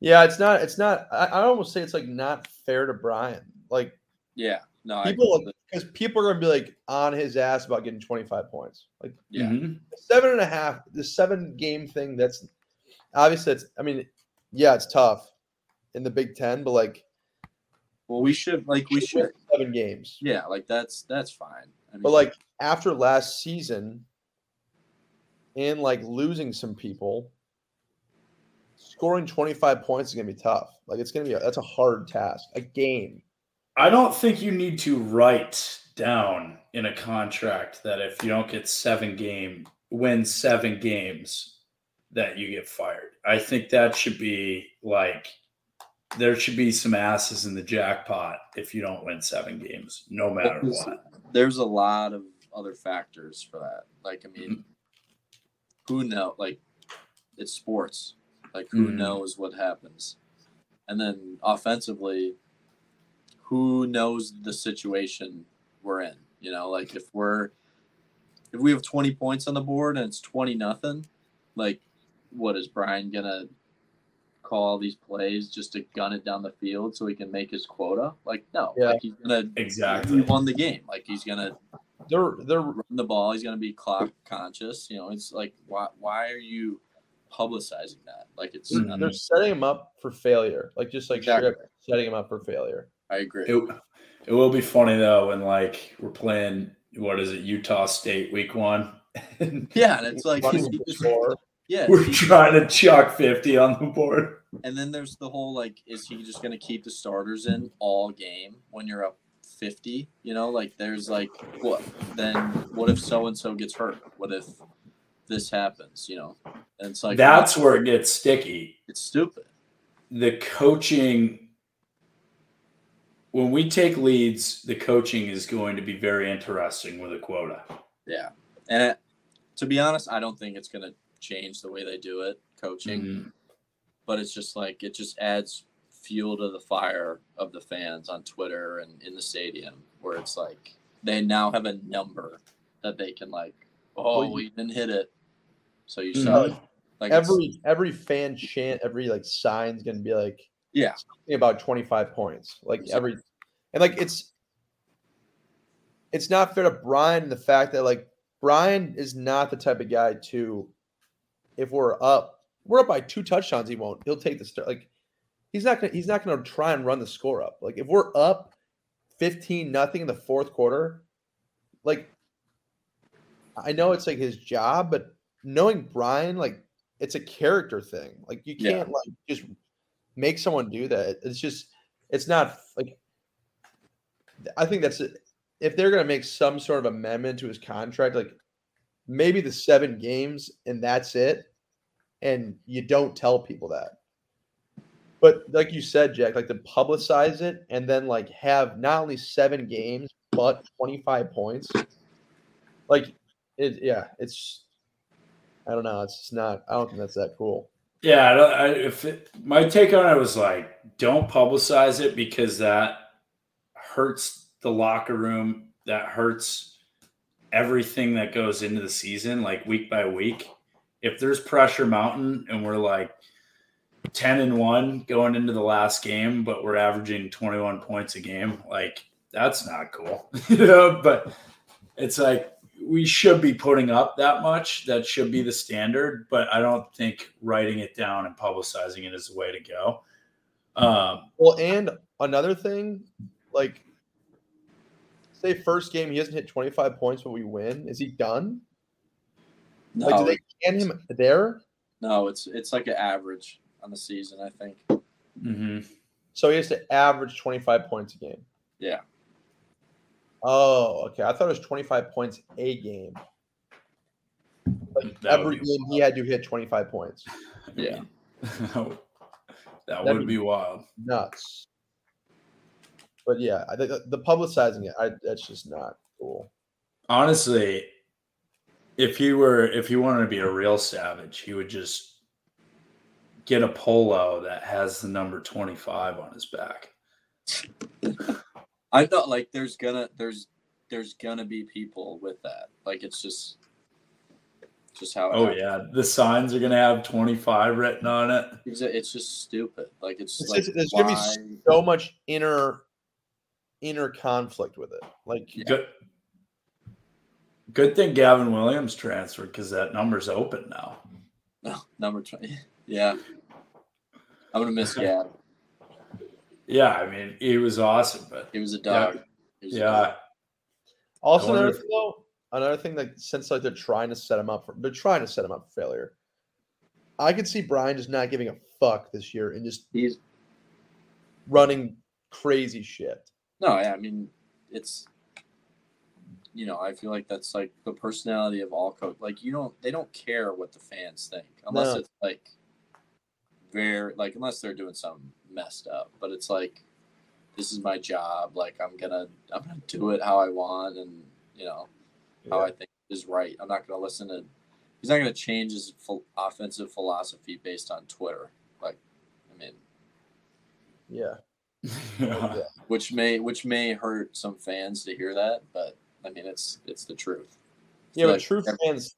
Speaker 2: Yeah, it's not. It's not. I, I almost say it's like not fair to Brian. Like
Speaker 3: Yeah. No,
Speaker 2: people,
Speaker 3: I,
Speaker 2: because people are gonna be like on his ass about getting twenty five points. Like
Speaker 3: Yeah.
Speaker 1: Mhm.
Speaker 2: seven and a half, the seven game thing. That's obviously. That's. I mean, yeah, it's tough in the Big Ten, but like
Speaker 3: well, we should like we should.
Speaker 2: seven games.
Speaker 3: Yeah, like that's that's fine. I mean,
Speaker 2: But like after last season, and like losing some people, scoring twenty five points is gonna be tough. Like it's gonna be. A, that's a hard task. A game.
Speaker 1: I don't think you need to write down in a contract that if you don't get seven game, win seven games, that you get fired. I think that should be like there should be some asses in the jackpot if you don't win seven games, no matter
Speaker 3: there's,
Speaker 1: what.
Speaker 3: there's a lot of other factors for that. Like I mean, who know? Like it's sports. Like who
Speaker 1: Mhm.
Speaker 3: knows what happens? And then offensively, who knows the situation we're in? You know, like if we're if we have 20 points on the board and it's 20 nothing, like what is Brian gonna call these plays just to gun it down the field so he can make his quota? Like no,
Speaker 2: Yeah.
Speaker 3: like he's gonna
Speaker 1: Exactly.
Speaker 3: he won the game. Like he's gonna
Speaker 2: They're they're
Speaker 3: run the ball. He's gonna be clock conscious. You know, it's like why why are you publicizing that? Like it's
Speaker 1: Mhm.
Speaker 3: I,
Speaker 2: they're setting him up for failure. Like just like straight up
Speaker 3: Exactly.
Speaker 2: setting him up for failure.
Speaker 3: agree.
Speaker 1: It, it will be funny though when like we're playing what is it Utah State week one.
Speaker 3: yeah, and it's like
Speaker 2: Running the
Speaker 3: he just,
Speaker 2: score.
Speaker 3: Yeah.
Speaker 1: We're
Speaker 3: he-
Speaker 1: trying to chuck 50 on the board.
Speaker 3: And then there's the whole like, is he just going to keep the starters in all game when you're up 50? You know, like there's like, what? Then what if so and so gets hurt? What if this happens? You know, and it's like,
Speaker 1: That's where it gets sticky.
Speaker 3: it's stupid.
Speaker 1: the coaching when we take leads the coaching is going to be very interesting with a quota
Speaker 3: Yeah. And it, to be honest, I don't think it's going to change the way they do it, coaching, but it's just like, it just adds fuel to the fire of the fans on Twitter and in the stadium where it's like, they now have a number that they can like, oh,
Speaker 2: Well, you-
Speaker 3: we didn't hit it. So you
Speaker 1: Mhm.
Speaker 3: suck. Like it's-
Speaker 2: every every fan chant, every like sign's gonna be like
Speaker 3: Yeah.
Speaker 2: something about 25 points. Like every and like it's it's not fair to Brian in the fact that like Brian is not the type of guy to if we're up, we're up by two touchdowns, he won't. He'll take the start. Like he's not gonna he's not gonna try and run the score up. Like if we're up 15 nothing in the fourth quarter, like I know it's like his job, but knowing Brian, like it's a character thing. Like you
Speaker 3: Yeah.
Speaker 2: can't like just make someone do that. It's just it's not like I think that's it. If they're gonna make some sort of amendment to his contract, like maybe the seven games and that's it, and you don't tell people that. But like you said, Jack, like to publicize it and then like have not only seven games but twenty five points. Like it, yeah, it's I don't know. It's just not. I don't think that's that cool.
Speaker 1: yeah I don't, I, if it, my take on it was like don't publicize it because that hurts the locker room that hurts everything that goes into the season like week by week if there's pressure mountain and we're like 10 and 1 going into the last game but we're averaging 21 points a game like that's not cool you know but it's like we should be putting up that much that should be the standard but i don't think writing it down and publicizing it is the way to go um
Speaker 2: Well, and another thing, like, say first game he hasn't hit twenty five points, but we win. Is he done?
Speaker 3: no,
Speaker 2: Like, do they can him there?
Speaker 3: no, it's it's like an average on the season, I think.
Speaker 1: mhm.
Speaker 2: So he has to average twenty five points a game.
Speaker 3: Yeah.
Speaker 2: Oh, okay. I thought it was twenty five points a game. Like
Speaker 1: That would
Speaker 2: every
Speaker 1: be
Speaker 2: game he had to hit twenty five points.
Speaker 3: Yeah.
Speaker 1: that
Speaker 2: That'd
Speaker 1: would
Speaker 2: be-
Speaker 1: be wild
Speaker 2: Nuts. But yeah, I think uh, the publicizing it, I, that's just not cool.
Speaker 1: honestly if he were if he wanted to be a real savage he would just get a polo that has the number 25 on his back
Speaker 3: I thought like there's gonna there's there's gonna be people with that. Like it's just just how it
Speaker 1: oh
Speaker 3: happens.
Speaker 1: yeah the signs are gonna have 25 written on it
Speaker 3: It's, it's just stupid. Like it's,
Speaker 2: It's
Speaker 3: like
Speaker 2: just- there's gonna be
Speaker 3: why-
Speaker 2: So much inner inner conflict with it. Like
Speaker 3: Yeah.
Speaker 1: good good thing gavin williams transferred because that number's open now
Speaker 3: no, number twenty. Yeah, I'm gonna miss Gab.
Speaker 1: yeah i mean he was awesome but
Speaker 3: He was a dog. He was a dog.
Speaker 1: yeah
Speaker 2: also
Speaker 1: wonder if-
Speaker 2: another thing, though, another thing like since like they're trying to set him up for they're trying to set him up for failure. I could see Brian just not giving a fuck this year and just
Speaker 3: He's
Speaker 2: running crazy shit.
Speaker 3: No, yeah, I mean, it's you know, I feel like that's like the personality of all coach. Like you don't, they don't care what the fans think, unless
Speaker 2: No.
Speaker 3: it's like very like unless they're doing something messed up. But it's like this is my job. Like I'm gonna, I'm gonna do it how I want, and you know
Speaker 1: Oh,
Speaker 3: how I think is right. I'm not gonna listen to. He's not gonna change his ph- offensive philosophy based on Twitter. Like, I mean,
Speaker 2: Yeah.
Speaker 3: Oh,
Speaker 1: yeah
Speaker 3: which may which may hurt some fans to hear that, but I mean it's it's the truth.
Speaker 2: Yeah, but
Speaker 3: Like,
Speaker 2: true
Speaker 3: every-
Speaker 2: fans,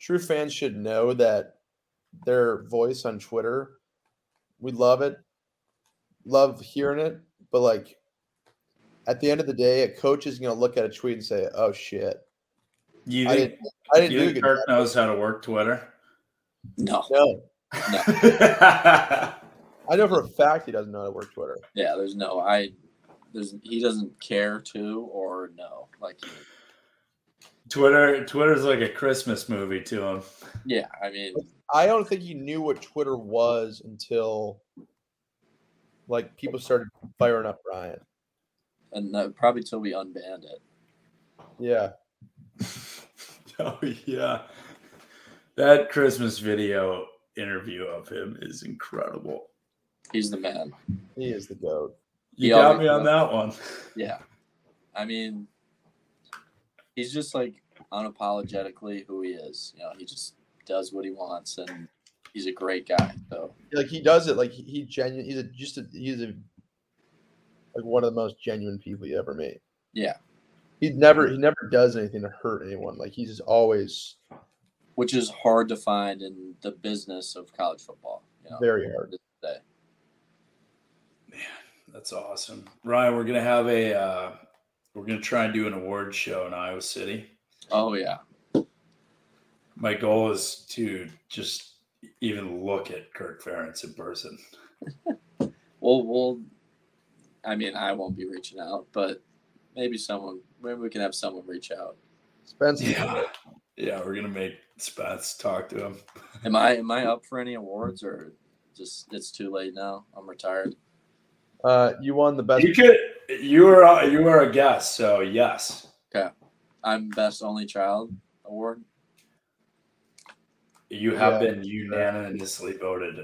Speaker 2: true fans should know that their voice on Twitter, we love it, love hearing it, but like at the end of the day, a coach is going to look at a tweet and say, "Oh shit,
Speaker 1: you
Speaker 2: I
Speaker 1: think
Speaker 2: didn't, I didn't
Speaker 1: you
Speaker 2: do a
Speaker 1: think
Speaker 2: good."
Speaker 1: kirk knows how to work twitter
Speaker 3: No,
Speaker 2: No,
Speaker 3: No.
Speaker 2: I know for a fact he doesn't know how to work Twitter.
Speaker 3: yeah, there's no I, there's he doesn't care to or no like
Speaker 1: Twitter Twitter's like a Christmas movie to him.
Speaker 3: Yeah, I mean,
Speaker 2: I don't think he knew what Twitter was until like people started firing up Ryan.
Speaker 3: and that, probably till we unbanned it.
Speaker 2: Yeah.
Speaker 1: Oh yeah. That Christmas video interview of him is incredible.
Speaker 3: He's the man.
Speaker 2: He is the goat.
Speaker 1: You
Speaker 3: Yeah, I'll
Speaker 1: got
Speaker 3: make
Speaker 1: me on
Speaker 3: it
Speaker 1: that one.
Speaker 3: Yeah. I mean, he's just like unapologetically who he is. You know, he just does what he wants and he's a great guy. So,
Speaker 2: Like he does it like he, he genuine he's a just a he's a like one of the most genuine people you ever meet.
Speaker 3: Yeah.
Speaker 2: He never he never does anything to hurt anyone. Like he's just always
Speaker 3: which is hard to find in the business of college football. You know,
Speaker 2: very hard.
Speaker 3: today.
Speaker 1: That's awesome. Ryan, we're gonna have a uh, we're gonna try and do an award show in Iowa City.
Speaker 3: Oh, yeah.
Speaker 1: My goal is to just even look at Kirk Ferentz in person.
Speaker 3: Well, we'll, I mean, I won't be reaching out, but maybe someone, maybe we can have someone reach out.
Speaker 2: Spencer
Speaker 1: Yeah, yeah, we're gonna make Spats talk to him.
Speaker 3: Am I, am I up for any awards or just it's too late now? I'm retired.
Speaker 2: uh you won the best
Speaker 1: You could, you were, you were a guest, so yes.
Speaker 3: I'm best only child award.
Speaker 1: You have
Speaker 2: Yeah.
Speaker 1: been unanimously voted.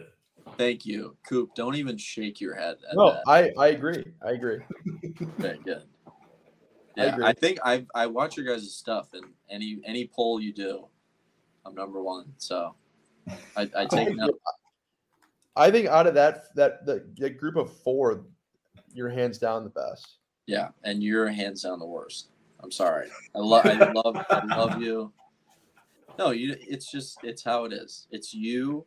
Speaker 3: Thank you, Coop. Don't even shake your head. At
Speaker 2: No,
Speaker 3: that.
Speaker 2: I, I agree. I agree.
Speaker 3: Okay, good.
Speaker 2: I
Speaker 3: Yeah,
Speaker 2: agree.
Speaker 3: I, think I I watch your guys' stuff, and any any poll you do, I'm number one. So I, I take no,
Speaker 2: I think out of that that the, the group of four, you're hands down the best.
Speaker 3: yeah, and you're hands down the worst. I'm sorry. I love I love I love you. No, you. It's just it's how it is. It's you,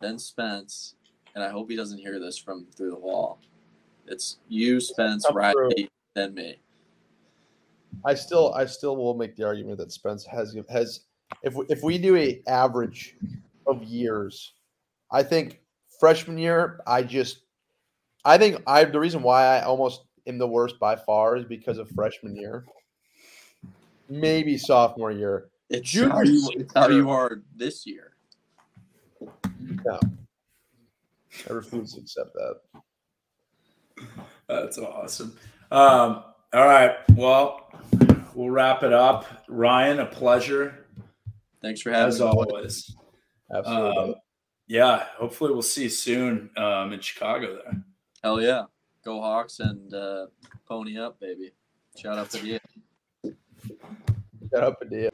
Speaker 3: then Spence, and I hope he doesn't hear this from through the wall. It's you, Spence,
Speaker 2: Come through.
Speaker 3: Riley, then me.
Speaker 2: I still I still will make the argument that Spence has has if we, if we do a average of years, I think freshman year I just I think I the reason why I almost am the worst by far is because of freshman year. Maybe sophomore year.
Speaker 3: It's
Speaker 2: Junior
Speaker 3: how you,
Speaker 2: year.
Speaker 3: it's how you are this year.
Speaker 2: I refuse to accept that.
Speaker 1: That's awesome. Um, all right, well, we'll wrap it up. Ryan, a pleasure
Speaker 3: Thanks for having
Speaker 1: as
Speaker 3: me.
Speaker 1: always.
Speaker 2: Absolutely.
Speaker 1: Um, yeah, hopefully we'll see you soon um, in Chicago. There,
Speaker 3: Hell yeah. Go Hawks and uh, pony up, baby. Shout out to you.
Speaker 2: Shut up, Padilla.